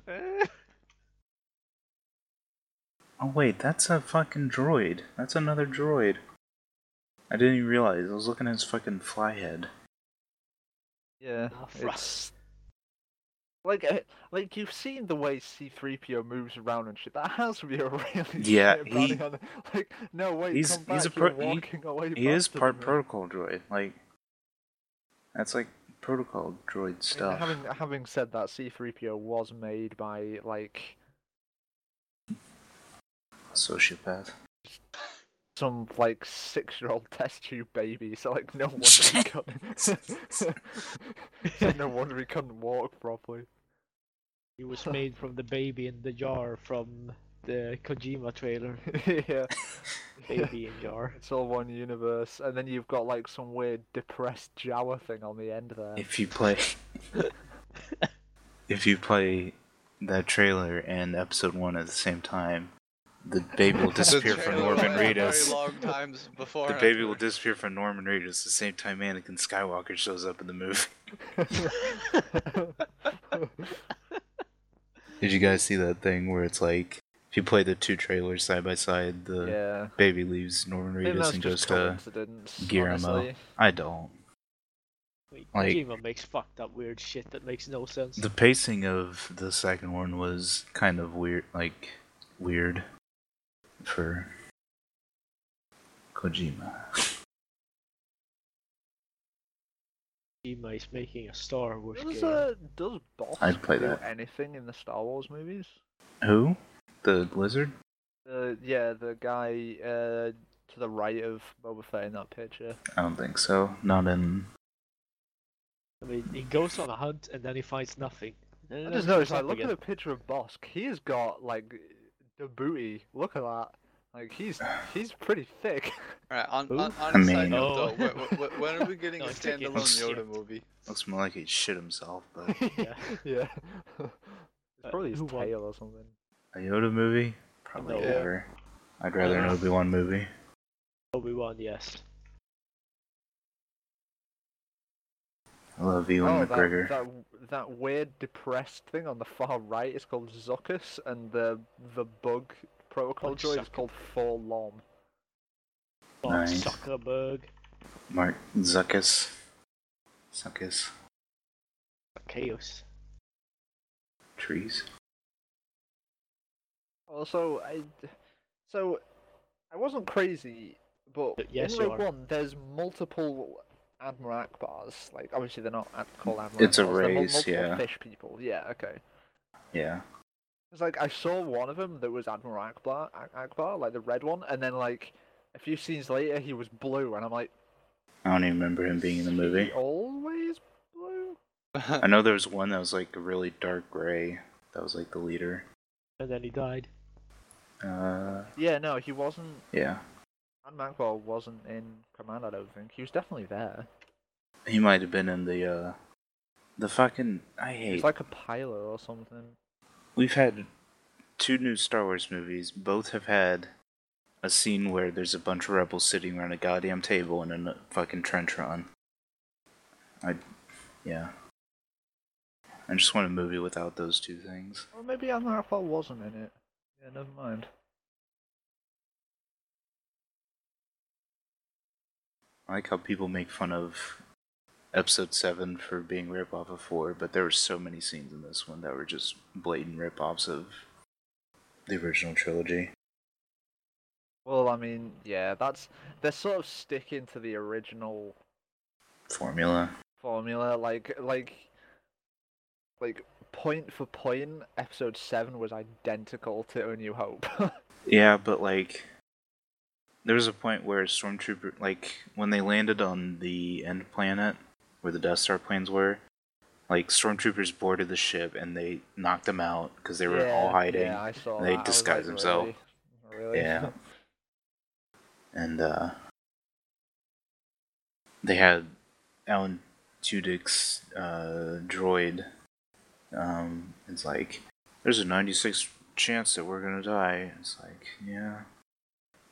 Speaker 2: Fuck.
Speaker 1: Oh wait, that's a fucking droid. That's another droid. I didn't even realize. I was looking at his fucking fly head.
Speaker 4: Yeah,
Speaker 3: Oh,
Speaker 2: Mothra.
Speaker 4: it's like uh, like you've seen the way C-3PO moves around and shit. That has to be a *laughs* really
Speaker 1: Yeah,
Speaker 4: shit
Speaker 1: he-
Speaker 4: bounty on- *laughs* like no wait,
Speaker 1: he's-
Speaker 4: come
Speaker 1: he's
Speaker 4: back,
Speaker 1: a
Speaker 4: you're
Speaker 1: pro- he-
Speaker 4: walking away
Speaker 1: He is
Speaker 4: faster than
Speaker 1: part
Speaker 4: me.
Speaker 1: protocol droid. Like that's like protocol droid
Speaker 4: I mean,
Speaker 1: stuff.
Speaker 4: having having said that, C-3PO was made by like
Speaker 1: Sociopath.
Speaker 4: some like six-year-old *laughs* test tube baby, so
Speaker 1: *laughs*
Speaker 4: like no wonder he couldn't. *laughs* so no wonder he couldn't walk properly.
Speaker 2: *laughs*
Speaker 4: *laughs*
Speaker 2: He was made from the baby in the jar from the Kojima trailer.
Speaker 4: yeah.
Speaker 2: Baby in jar.
Speaker 4: It's all one universe, and then you've got like some weird depressed Jawa thing on the end there. *laughs*
Speaker 1: If you play If you play that trailer and episode one at the same time, the baby will
Speaker 4: The
Speaker 3: The
Speaker 1: disappear from
Speaker 3: trailer
Speaker 1: Norman
Speaker 3: went Very
Speaker 1: Reedus.
Speaker 3: long times before.
Speaker 1: The baby will disappear from Norman Reedus the same time Anakin Skywalker shows up in the movie. *laughs* Did you guys see that thing where it's like if you play the two trailers side by side, the
Speaker 4: yeah,
Speaker 1: baby leaves Norman
Speaker 4: I think
Speaker 1: Reedus
Speaker 4: that's
Speaker 1: and goes
Speaker 4: just
Speaker 1: to
Speaker 4: coincidence.
Speaker 1: Guillermo.
Speaker 4: honestly.
Speaker 1: I don't.
Speaker 2: Wait,
Speaker 1: Like-
Speaker 2: Kojima makes fucked up weird shit that makes no sense.
Speaker 1: The pacing of the second one was kind of weird, like weird for Kojima.
Speaker 2: Kojima is making a Star Wars
Speaker 4: Does,
Speaker 2: game.
Speaker 4: uh, does Boss
Speaker 1: I'd play
Speaker 4: do
Speaker 1: that.
Speaker 4: anything in the Star Wars movies?
Speaker 1: Who? The lizard?
Speaker 4: Uh, yeah, the guy uh, to the right of Boba Fett in that picture.
Speaker 1: I don't think so. Not in.
Speaker 2: I mean, he goes on a hunt and then he finds nothing. And
Speaker 4: I
Speaker 2: then
Speaker 4: just
Speaker 2: he
Speaker 4: noticed,
Speaker 2: comes
Speaker 4: like,
Speaker 2: up
Speaker 4: look at
Speaker 2: again.
Speaker 4: the picture of Bosk. He has got like the booty. Look at that.
Speaker 1: *sighs*
Speaker 4: Like he's he's pretty thick.
Speaker 3: All right. On,
Speaker 2: Who?
Speaker 3: on,
Speaker 1: I
Speaker 3: on a
Speaker 1: mean-
Speaker 3: side note,
Speaker 2: Oh.
Speaker 1: *laughs*
Speaker 3: though, wh- wh- wh- when are we getting *laughs*
Speaker 2: No,
Speaker 3: a
Speaker 2: it's okay.
Speaker 3: standalone
Speaker 1: Looks- *laughs*
Speaker 3: Yoda movie?
Speaker 1: Looks more like he shit himself, but
Speaker 2: *laughs* Yeah.
Speaker 4: *laughs* yeah. it's
Speaker 2: Uh,
Speaker 4: probably his
Speaker 2: who won?
Speaker 4: tail or something.
Speaker 1: a Yoda movie? Probably
Speaker 2: No.
Speaker 1: never. I'd rather
Speaker 4: Uh-huh.
Speaker 1: an Obi Wan movie.
Speaker 2: Obi Wan, yes.
Speaker 1: I love Ewan
Speaker 4: oh,
Speaker 1: McGregor.
Speaker 4: That, that that weird depressed thing on the far right is called Zuckus, and the the bug protocol
Speaker 2: Bug
Speaker 4: droid is
Speaker 2: sucker.
Speaker 4: called Forlom.
Speaker 2: Mark
Speaker 1: Nice.
Speaker 2: Zuckerberg.
Speaker 1: Mark Zuckus. Zuckus.
Speaker 2: Chaos.
Speaker 1: Trees.
Speaker 4: Also, I so I wasn't crazy, but
Speaker 2: Y- yes,
Speaker 4: in
Speaker 2: you
Speaker 4: Rogue
Speaker 2: are.
Speaker 4: One there's multiple Admiral Akbars. Like obviously they're not ad- called Admiral.
Speaker 1: It's a
Speaker 4: Akbars, they're mul-
Speaker 1: race,
Speaker 4: multiple
Speaker 1: yeah.
Speaker 4: Fish people. Yeah. Okay.
Speaker 1: Yeah.
Speaker 4: It's like I saw one of them that was Admiral Akbar, Ak- Akbar, like the red one, and then like a few scenes later he was blue, and I'm like,
Speaker 1: I don't even remember him being in the
Speaker 4: "Is he
Speaker 1: movie.
Speaker 4: always blue.
Speaker 1: I
Speaker 3: *laughs*
Speaker 1: know there was one that was like a really dark gray. That was like the leader.
Speaker 2: And then he died.
Speaker 1: Uh,
Speaker 4: Yeah, no, he wasn't.
Speaker 1: yeah.
Speaker 4: Admiral Akbar wasn't in command. I don't think he was definitely there.
Speaker 1: He might have been in the, uh, the fucking. I
Speaker 4: He was
Speaker 1: hate.
Speaker 4: like a pilot or something.
Speaker 1: We've had two new Star Wars movies. Both have had a scene where there's a bunch of rebels sitting around a goddamn table and a fucking trench run. I. Yeah. I just want a movie without those two things.
Speaker 4: Or maybe Admiral Akbar wasn't in it. Yeah, never mind.
Speaker 1: I like how people make fun of episode seven for being rip off of four, but there were so many scenes in this one that were just blatant rip offs of the original trilogy.
Speaker 4: Well, I mean, yeah, that's they're sort of sticking to the original
Speaker 1: Formula.
Speaker 4: formula like like like point for point episode 7 was identical to a new hope *laughs*
Speaker 1: Yeah, but like there was a point where Stormtrooper like when they landed on the end planet where the Death Star planes were, Like stormtroopers boarded the ship and they knocked them out because they were all hiding.
Speaker 4: Yeah, I saw
Speaker 1: and they
Speaker 4: that. I was
Speaker 1: disguise
Speaker 4: like,
Speaker 1: themselves.
Speaker 4: Really? Really? *laughs*
Speaker 1: Yeah. and uh, they had Alan Tudyk's uh, droid. Um, it's like there's a 96 chance that we're gonna die. It's like yeah,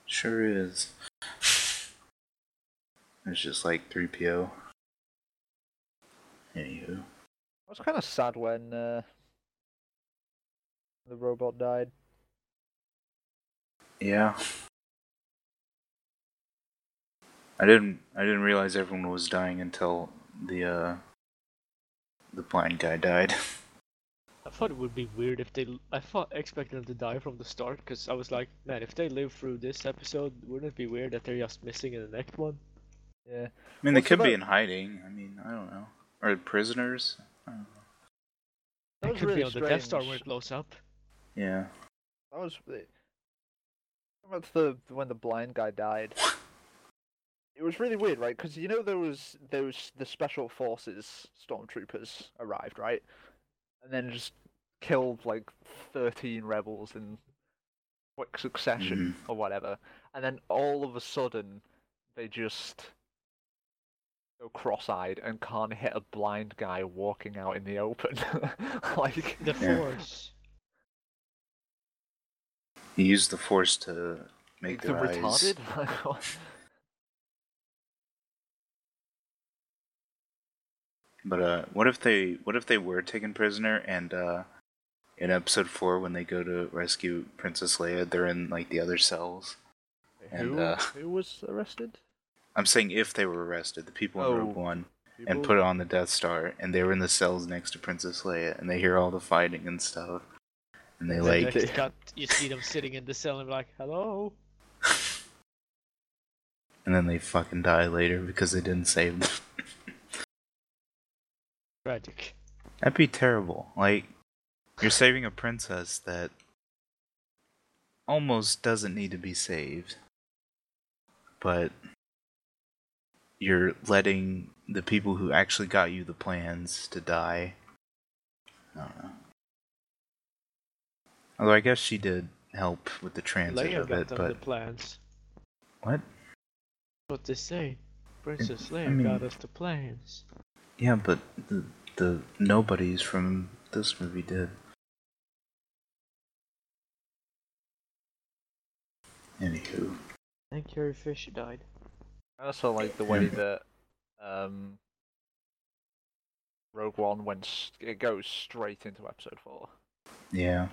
Speaker 1: sure is. It's just like 3PO. Anywho,
Speaker 4: I was kind of sad when uh, the robot died.
Speaker 1: yeah. I didn't. I didn't realize everyone was dying until the uh, the blind guy died.
Speaker 2: I thought it would be weird if they. I thought expected them to die from the start because I was like, man, if they live through this episode, wouldn't it be weird that they're just missing in the next one?
Speaker 4: Yeah.
Speaker 1: I mean, they
Speaker 4: What's
Speaker 1: could
Speaker 4: about-
Speaker 1: be in hiding. I mean, I don't know. Or prisoners. I don't know.
Speaker 4: That
Speaker 2: It
Speaker 4: was
Speaker 2: could
Speaker 4: really
Speaker 2: be on the Death Star
Speaker 4: strange.
Speaker 2: when it blows up.
Speaker 1: Yeah.
Speaker 4: That was. the- That's the when the blind guy died. It was really weird, right? Because you know there was those the special forces stormtroopers arrived, right, and then just killed like thirteen rebels in quick succession or whatever, and then all of a sudden they just go cross-eyed and can't hit a blind guy walking out in the open, *laughs* like *laughs*
Speaker 2: The
Speaker 1: Yeah.
Speaker 2: Force.
Speaker 1: He used the force to make
Speaker 4: the
Speaker 1: their eyes.
Speaker 4: retarded. *laughs* Like, what?
Speaker 1: But uh, what if they what if they were taken prisoner and uh, in episode four when they go to rescue Princess Leia, they're in like the other cells. And,
Speaker 4: who,
Speaker 1: uh,
Speaker 4: who was arrested?
Speaker 1: I'm saying if they were arrested, the people in
Speaker 4: Oh,
Speaker 1: Rogue One, and put on the Death Star, and they were in the cells next to Princess Leia, and they hear all the fighting and stuff, and they
Speaker 2: The
Speaker 1: like *laughs*
Speaker 2: next cut, you see them sitting in the cell and be like, hello.
Speaker 1: and then they fucking die later because they didn't save them.
Speaker 2: Tragic.
Speaker 1: That'd be terrible. Like, you're saving a princess that almost doesn't need to be saved, but you're letting the people who actually got you the plans to die. I don't know. Although I guess she did help with the transit
Speaker 2: Leia
Speaker 1: of
Speaker 2: got
Speaker 1: it,
Speaker 2: them
Speaker 1: but
Speaker 2: the plans.
Speaker 1: what?
Speaker 2: What they say. Princess Leia
Speaker 1: mean-
Speaker 2: got us the plans.
Speaker 1: Yeah, but the the nobodies from this movie did. Anywho,
Speaker 2: And Carrie Fisher died.
Speaker 4: I also like the way that um, Rogue One went. s- It goes straight into Episode Four.
Speaker 1: yeah.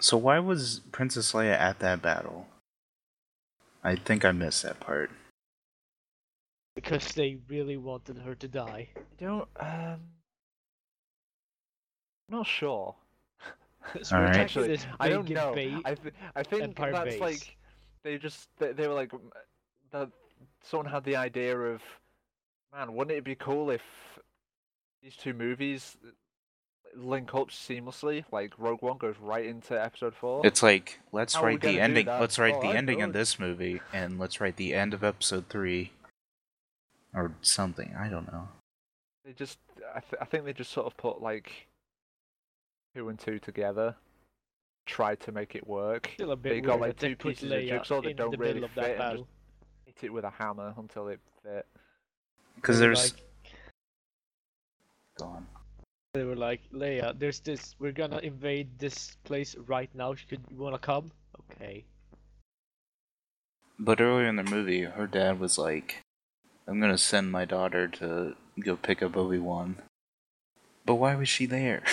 Speaker 1: So why was Princess Leia at that battle? I think I missed that part.
Speaker 2: Because they really wanted her to
Speaker 1: *laughs*
Speaker 2: die.
Speaker 4: I don't. Um, I'm not sure.
Speaker 2: So
Speaker 1: All
Speaker 2: we're
Speaker 1: right.
Speaker 2: taking
Speaker 4: Actually,
Speaker 2: this
Speaker 4: I don't
Speaker 2: big
Speaker 4: know.
Speaker 2: debate.
Speaker 4: I, th- I think
Speaker 2: Empire
Speaker 4: that's
Speaker 2: base.
Speaker 4: like they just they, they were like m- that. Someone had the idea of, man, wouldn't it be cool if these two movies uh, link up seamlessly? Like Rogue One goes right into Episode Four.
Speaker 1: It's like let's
Speaker 4: How are we
Speaker 1: write
Speaker 4: gonna
Speaker 1: the
Speaker 4: do
Speaker 1: ending.
Speaker 4: that?
Speaker 1: Let's write
Speaker 4: Oh,
Speaker 1: the
Speaker 4: I
Speaker 1: ending
Speaker 4: know.
Speaker 1: of this movie, and let's write the end of episode three, or something. I don't know.
Speaker 4: They just, I, th- I think they just sort of put like two and two together, tried to make it work,
Speaker 2: Still a bit
Speaker 4: They
Speaker 2: weird
Speaker 4: got, like,
Speaker 2: that they
Speaker 4: two
Speaker 2: put
Speaker 4: pieces of
Speaker 2: Leia
Speaker 4: jigsaw that
Speaker 2: in
Speaker 4: don't
Speaker 2: the
Speaker 4: really
Speaker 2: middle of
Speaker 4: fit
Speaker 2: that
Speaker 4: and just-
Speaker 2: battle.
Speaker 4: hit it with a hammer until it fit.
Speaker 1: Because
Speaker 2: They were
Speaker 1: there's
Speaker 2: like-
Speaker 1: gone.
Speaker 2: They were like, Leia, there's this. We're gonna invade this place right now. Sh- Could you wanna come? Okay.
Speaker 1: But earlier in the movie, her dad was like, I'm gonna send my daughter to go pick up Obi Wan. But why was she there? *laughs*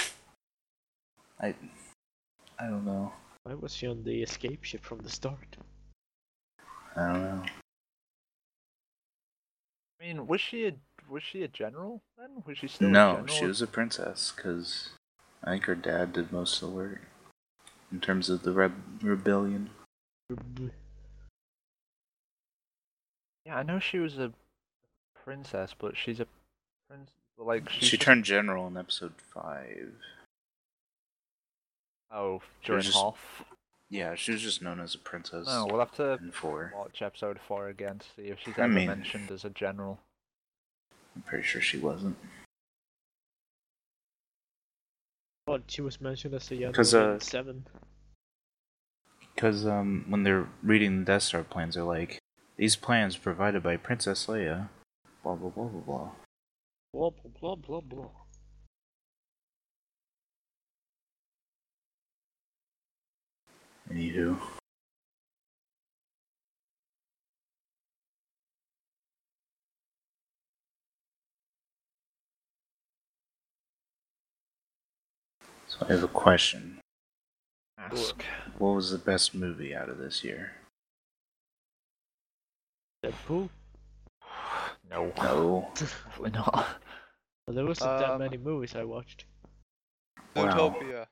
Speaker 1: I. I don't know.
Speaker 2: Why was she on the escape ship from the start?
Speaker 1: I don't know.
Speaker 4: I mean, was she a was she a general then? Was she still a
Speaker 1: No,
Speaker 4: general?
Speaker 1: she was a princess, because I think her dad did most of the work in terms of the reb- rebellion.
Speaker 4: Yeah, I know she was a princess, but she's a prince. Like she's
Speaker 1: She
Speaker 4: just-
Speaker 1: turned general in episode 5.
Speaker 4: Oh,
Speaker 1: she
Speaker 4: during
Speaker 1: was just-
Speaker 4: Hoth.
Speaker 1: Yeah, she was just known as a princess
Speaker 4: No, Oh, we'll have to
Speaker 1: in 4.
Speaker 4: watch episode four again to see if she's
Speaker 1: I
Speaker 4: ever
Speaker 1: mean-
Speaker 4: mentioned as a general.
Speaker 1: I'm pretty sure she wasn't.
Speaker 2: But she was mentioned as a young
Speaker 1: 'Cause,
Speaker 2: woman
Speaker 1: uh,
Speaker 2: seven.
Speaker 1: Because um, when they're reading the Death Star plans, they're like, these plans provided by Princess Leia, blah, blah, blah, blah, blah.
Speaker 2: Blah blah blah blah blah.
Speaker 1: Anywho. So I have a question.
Speaker 4: Ask.
Speaker 1: What was the best movie out of this year?
Speaker 2: Deadpool.
Speaker 4: No.
Speaker 1: No.
Speaker 4: Definitely not.
Speaker 2: Well, there wasn't that
Speaker 3: Um,
Speaker 2: many movies I watched.
Speaker 1: Wow.
Speaker 3: Zootopia.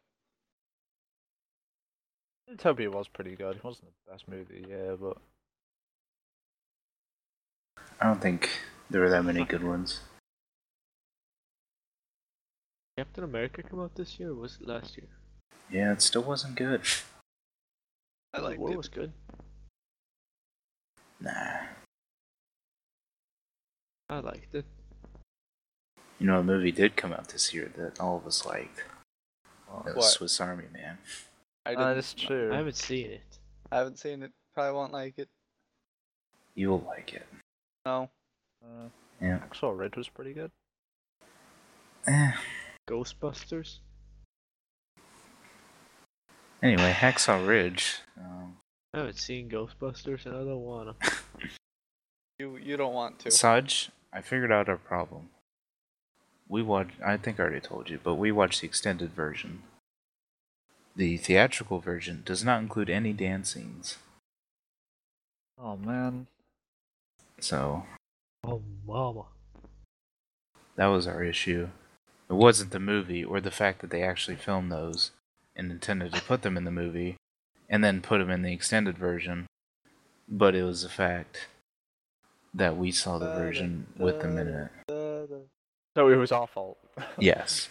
Speaker 4: Zootopia was pretty good. It wasn't the best movie of the year, but
Speaker 1: I don't think there were that many good ones.
Speaker 2: Captain America come out this year or was it last year?
Speaker 1: Yeah, it still wasn't good.
Speaker 3: I liked
Speaker 2: War
Speaker 3: it.
Speaker 2: was good.
Speaker 1: Nah.
Speaker 2: I liked it.
Speaker 1: You know, a movie did come out this year that all of us liked. That was
Speaker 3: What?
Speaker 1: Swiss Army Man.
Speaker 3: I, didn't,
Speaker 4: uh, that is true.
Speaker 2: I haven't seen it.
Speaker 3: I haven't seen it. Probably won't like it.
Speaker 1: You'll like it.
Speaker 3: No.
Speaker 4: Uh,
Speaker 1: Yeah.
Speaker 4: Axel Red was pretty good.
Speaker 1: Eh.
Speaker 2: Ghostbusters.
Speaker 1: Anyway, Hacksaw Ridge. Um,
Speaker 2: I haven't seen Ghostbusters and I don't wanna.
Speaker 3: You you don't want to.
Speaker 1: Saj, I figured out our problem. We watch. I think I already told you, but we watched the extended version. The theatrical version does not include any dance scenes,
Speaker 4: Oh man.
Speaker 1: so
Speaker 2: Oh mama.
Speaker 1: that was our issue. It wasn't the movie or the fact that they actually filmed those and intended to put them in the movie and then put them in the extended version, but it was the fact that we saw the version with them in it.
Speaker 4: So it was our fault. *laughs*
Speaker 1: Yes.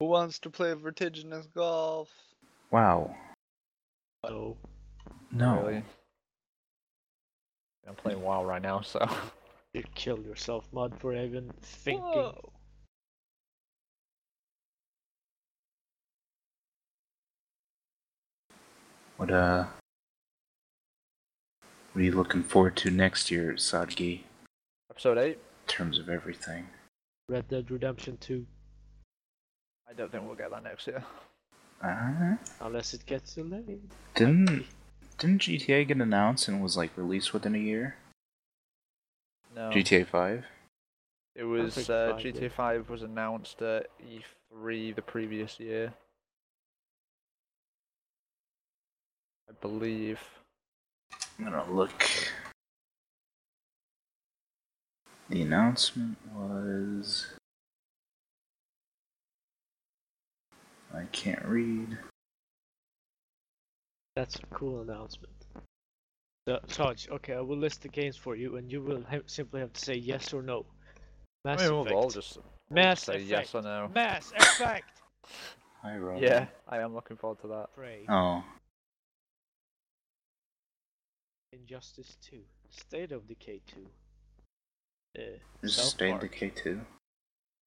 Speaker 3: Who wants to play vertiginous golf?
Speaker 1: Wow.
Speaker 2: No.
Speaker 1: No.
Speaker 4: Really. I'm playing WoW right now, so *laughs*
Speaker 2: You killed yourself, Mud, for even thinking.
Speaker 3: Whoa.
Speaker 1: What uh What are you looking forward to next year, Sadgi, in
Speaker 4: episode eight.
Speaker 1: terms of everything?
Speaker 2: Red Dead Redemption 2.
Speaker 4: I don't think we'll get that next year. Uh-huh.
Speaker 1: Uh
Speaker 2: Unless it gets delayed.
Speaker 1: didn't didn't GTA get announced and was like released within a year?
Speaker 4: No.
Speaker 1: GTA five?
Speaker 4: It was
Speaker 2: think
Speaker 4: uh,
Speaker 2: five did.
Speaker 4: GTA Five was announced at E3 the previous year, I believe.
Speaker 1: I'm gonna look. The announcement was I can't read.
Speaker 2: That's a cool announcement. So, Sarge, okay, I will list the games for you, and you will ha- simply have to say yes or no. Mass
Speaker 4: I mean, we'll all
Speaker 2: Effect.
Speaker 4: just we'll just
Speaker 2: Mass
Speaker 4: say
Speaker 2: Effect.
Speaker 4: yes or no.
Speaker 2: Mass Effect.
Speaker 1: Hi Rob.
Speaker 4: Yeah, I am looking forward to that.
Speaker 2: Prey.
Speaker 1: Oh.
Speaker 2: Injustice 2. State of Decay 2. Uh,
Speaker 1: Is
Speaker 2: South
Speaker 1: State
Speaker 2: Park.
Speaker 1: Decay two?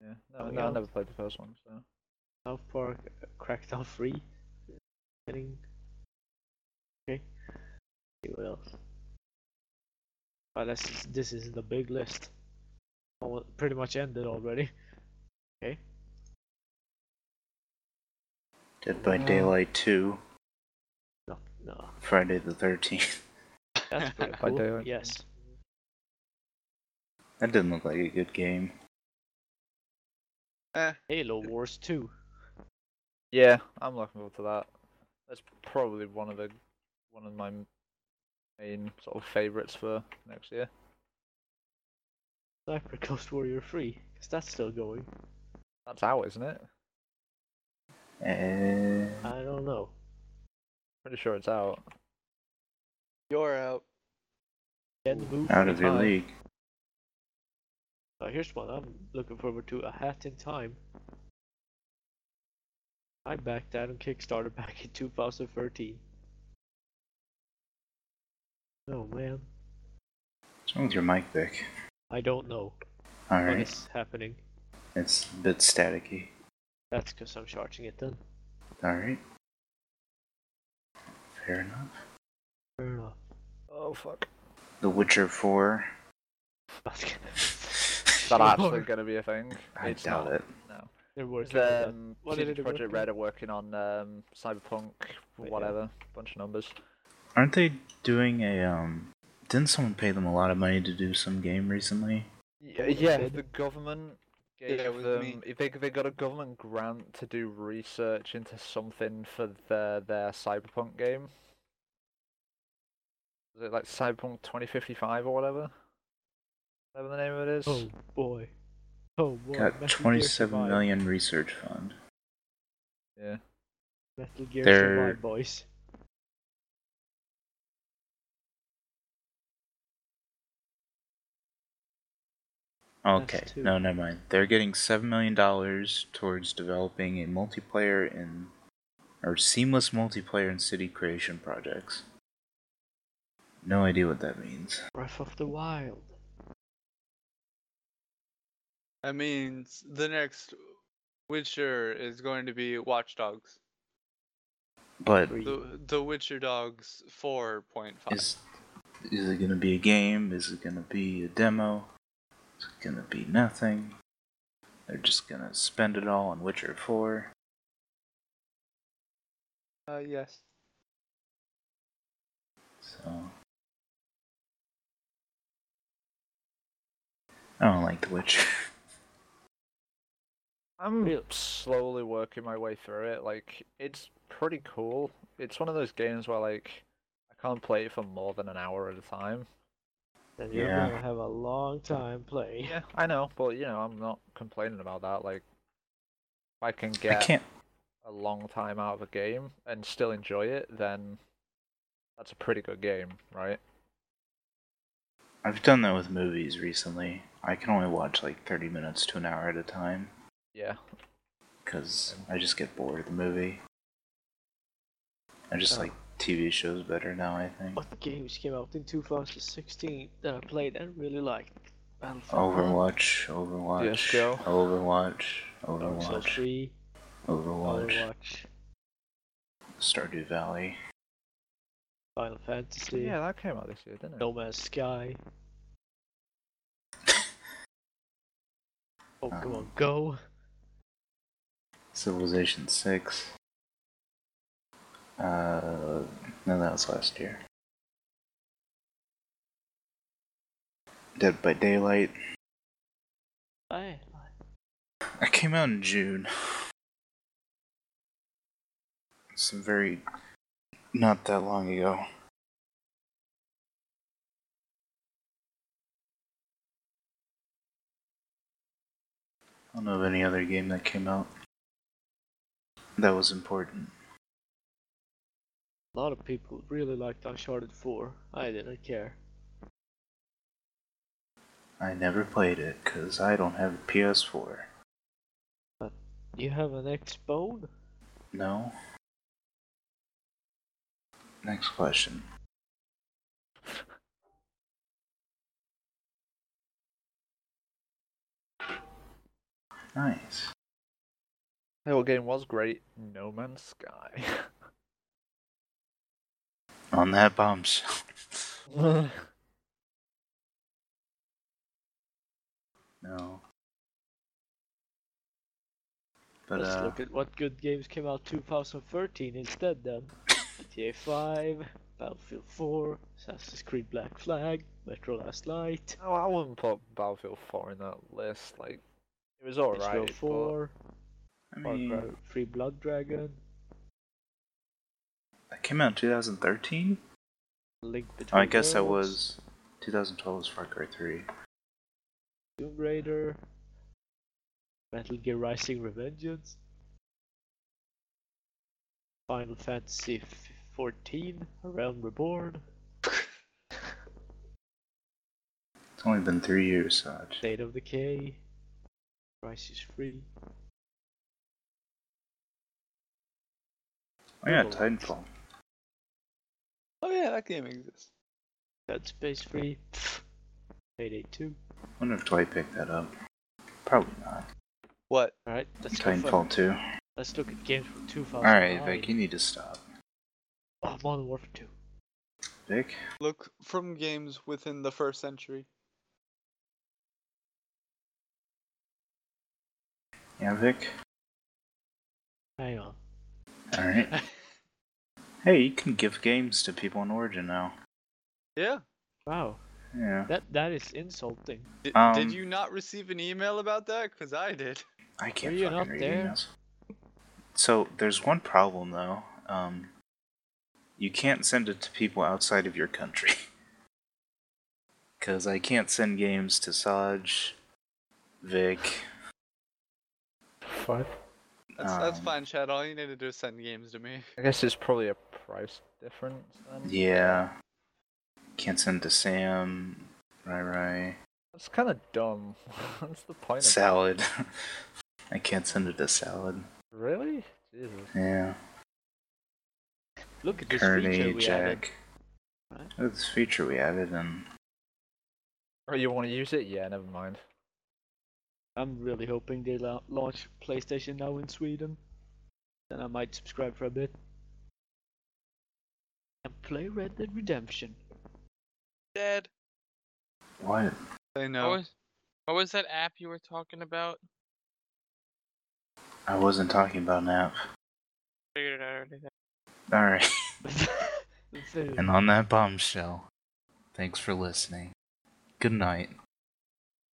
Speaker 4: Yeah,
Speaker 2: Oh,
Speaker 4: no, no,
Speaker 2: yeah.
Speaker 4: I never played the first one, so
Speaker 2: South Park, uh, Crackdown 3. Getting. Okay. See what else? Unless this, this is the big list. Almo- pretty much ended already.
Speaker 1: Dead by Daylight two.
Speaker 2: No, no.
Speaker 1: Friday the thirteenth. *laughs*
Speaker 2: *laughs* That's pretty
Speaker 4: By
Speaker 2: cool.
Speaker 4: Daylight.
Speaker 2: Yes.
Speaker 1: That didn't look like a good game.
Speaker 3: Eh,
Speaker 2: Halo Wars 2.
Speaker 4: yeah, I'm looking forward to that. That's probably one of the one of my main sort of favorites for next year.
Speaker 2: Sniper Ghost Warrior 3. Because that's still going.
Speaker 4: That's out, isn't it?
Speaker 1: Eh,
Speaker 2: I don't know.
Speaker 4: Pretty sure it's out.
Speaker 3: you're out.
Speaker 2: Then move
Speaker 1: out of your
Speaker 2: behind.
Speaker 1: league.
Speaker 2: Uh, here's one I'm looking forward to: A Hat in Time. I backed that on Kickstarter *laughs* back in 2013. Oh man,
Speaker 1: What's wrong with your mic, Vic?
Speaker 2: I don't know
Speaker 1: All
Speaker 2: what
Speaker 1: right,
Speaker 2: is happening.
Speaker 1: it's a bit staticky.
Speaker 2: That's because I'm charging it then.
Speaker 1: All right, fair enough.
Speaker 2: Fair enough. *laughs*
Speaker 4: Oh fuck.
Speaker 1: The Witcher Four. *laughs*
Speaker 2: That's g-
Speaker 4: Is *laughs* that actually going to be a thing?
Speaker 1: I
Speaker 4: It's
Speaker 1: doubt
Speaker 4: not.
Speaker 1: it.
Speaker 4: No.
Speaker 2: They're
Speaker 4: It's,
Speaker 2: working on
Speaker 4: Um,
Speaker 2: What
Speaker 4: CD
Speaker 2: did they
Speaker 4: Project
Speaker 2: work
Speaker 4: Red are working on um, Cyberpunk,
Speaker 2: yeah.
Speaker 4: whatever, bunch of numbers.
Speaker 1: Aren't they doing a um? Didn't someone pay them a lot of money to do some game recently?
Speaker 4: Yeah,
Speaker 2: What was
Speaker 4: yeah
Speaker 2: it?
Speaker 4: the government gave
Speaker 3: it was me.
Speaker 4: them. They, they got a government grant to do research into something for their their cyberpunk game. Was it like Cyberpunk 2055 or whatever? Whatever the name of it is.
Speaker 2: that. Oh boy. Oh boy.
Speaker 1: Got
Speaker 2: Metal Gear
Speaker 1: twenty-seven
Speaker 2: Survive.
Speaker 1: million research fund.
Speaker 4: Yeah.
Speaker 2: Metal Gear
Speaker 1: They're-
Speaker 2: Survive boys.
Speaker 1: Okay,
Speaker 2: two.
Speaker 1: no, never mind. They're getting seven million dollars towards developing a multiplayer in or seamless multiplayer and city creation projects. No idea what that means.
Speaker 2: Breath of the Wild.
Speaker 3: I mean, s- the next Witcher is going to be Watch Dogs.
Speaker 1: But
Speaker 2: Three.
Speaker 3: The The Witcher Dogs 4.5.
Speaker 1: is is it gonna be a game? Is it gonna be a demo? Is it gonna be nothing? They're just gonna spend it all on Witcher Four.
Speaker 3: Uh, yes.
Speaker 1: So I don't like the Witcher. *laughs*
Speaker 4: I'm
Speaker 2: Really?
Speaker 4: slowly working my way through it. Like, it's pretty cool. It's one of those games where, like, I can't play it for more than an hour at a time.
Speaker 2: Then you're
Speaker 1: Yeah.
Speaker 2: gonna have a long time playing.
Speaker 4: Yeah, I know, but, you know, I'm not complaining about that. Like, if I can
Speaker 1: I
Speaker 4: get
Speaker 1: can't.
Speaker 4: a long time out of a game and still enjoy it, then that's a pretty good game, right?
Speaker 1: I've done that with movies recently. I can only watch like 30 minutes to an hour at a time
Speaker 4: Yeah.
Speaker 1: because I just get bored of the movie. I just
Speaker 2: Oh.
Speaker 1: like TV shows better now, I think.
Speaker 2: What games came out in 2016 that I played and really liked? Battlefield
Speaker 1: Overwatch, Overwatch,
Speaker 4: CS:GO.
Speaker 1: Overwatch,
Speaker 2: 1, Dark Souls
Speaker 1: Overwatch,
Speaker 2: 3,
Speaker 1: Overwatch,
Speaker 2: Overwatch,
Speaker 1: Stardew Valley.
Speaker 2: Final Fantasy,
Speaker 4: Yeah, that came out this year, didn't it?
Speaker 2: No Man's
Speaker 1: *laughs*
Speaker 2: Sky, Pokemon
Speaker 1: Um,
Speaker 2: Go.
Speaker 1: Civilization 6. Uh, no, that was last year. Dead by Daylight.
Speaker 2: Aye.
Speaker 1: That came out in June. Some very not that long ago. I don't know of any other game that came out that was important.
Speaker 2: A lot of people really liked Uncharted 4. I didn't care.
Speaker 1: I never played it because I don't have a PS4.
Speaker 2: You have an Xbone?
Speaker 1: No? Next question. Nice.
Speaker 4: Hey, what game was great? No Man's Sky.
Speaker 1: On that bombshell. *laughs* No. But
Speaker 2: Let's
Speaker 1: uh,
Speaker 2: look at what good games came out 2013
Speaker 1: *laughs*
Speaker 2: instead then. GTA 5, Battlefield 4, Assassin's Creed Black Flag, Metro Last Light,
Speaker 4: Oh, I wouldn't put Battlefield 4 in that list. Like, it was
Speaker 2: Halo
Speaker 4: alright. But
Speaker 2: 4,
Speaker 1: I
Speaker 2: Far
Speaker 1: mean,
Speaker 2: Cry 3 Blood Dragon,
Speaker 1: that came out in 2013.
Speaker 2: Link Between
Speaker 1: I guess that
Speaker 2: Worlds,
Speaker 1: was 2012 was Far Cry 3.
Speaker 2: Tomb Raider, Metal Gear Rising Revengeance, Final Fantasy 14, A Realm Reborn,
Speaker 1: It's only been three years, Saj.
Speaker 2: State of Decay, Crisis 3,
Speaker 1: Oh yeah,
Speaker 2: Double X.
Speaker 1: Titanfall.
Speaker 3: Oh yeah, that game exists.
Speaker 2: Dead Space 3. Pfft, Payday 2.
Speaker 1: wonder if Dwight picked that up. Probably not.
Speaker 3: What?
Speaker 2: Alright, let's go for-
Speaker 1: Titanfall 2.
Speaker 2: Let's look at games from 2009.
Speaker 1: Alright, Vic, you need to stop.
Speaker 2: Oh, Modern Warfare 2.
Speaker 1: Vic?
Speaker 3: Look from games within the first century.
Speaker 1: Yeah, Vic?
Speaker 2: Hang on. *laughs*
Speaker 1: Alright. hey, you can give games to people in Origin now.
Speaker 3: Yeah.
Speaker 2: Wow,
Speaker 1: Yeah.
Speaker 2: that that is insulting.
Speaker 3: D-
Speaker 1: Um,
Speaker 3: did you not receive an email about that? Cause I did.
Speaker 1: I can't
Speaker 2: Were you
Speaker 1: fucking
Speaker 2: not
Speaker 1: read
Speaker 2: there?
Speaker 1: emails. So there's one problem though. Um, you can't send it to people outside of your country. *laughs* Cause I can't send games to Saj, Vic.
Speaker 4: Five.
Speaker 3: That's, that's
Speaker 1: Um,
Speaker 3: fine, Chad. All you need to do is send games to me.
Speaker 4: I guess it's probably a price difference then.
Speaker 1: Yeah. Can't send to Sam, Rai Rai,
Speaker 4: That's kind of dumb. *laughs* What's the point of that?
Speaker 1: Salad. *laughs* I can't send it to Salad.
Speaker 4: Really? Jesus.
Speaker 1: Yeah.
Speaker 2: Look at this feature
Speaker 1: Kearney,
Speaker 2: we added.
Speaker 1: Jack.
Speaker 2: Right?
Speaker 1: Look at This feature we added and
Speaker 4: Oh, you want to use it? Yeah, never mind.
Speaker 2: I'm really hoping they la- launch PlayStation now in Sweden. Then I might subscribe for a bit. And play Red Dead Redemption. *laughs*
Speaker 5: Dad,
Speaker 1: what?
Speaker 3: They
Speaker 5: what
Speaker 3: know.
Speaker 5: was what was that app you were talking about?
Speaker 1: I wasn't talking about an app.
Speaker 5: Figured it out already. then.
Speaker 1: Alright. *laughs*
Speaker 2: The-
Speaker 1: And on that bombshell, thanks for listening. Good night.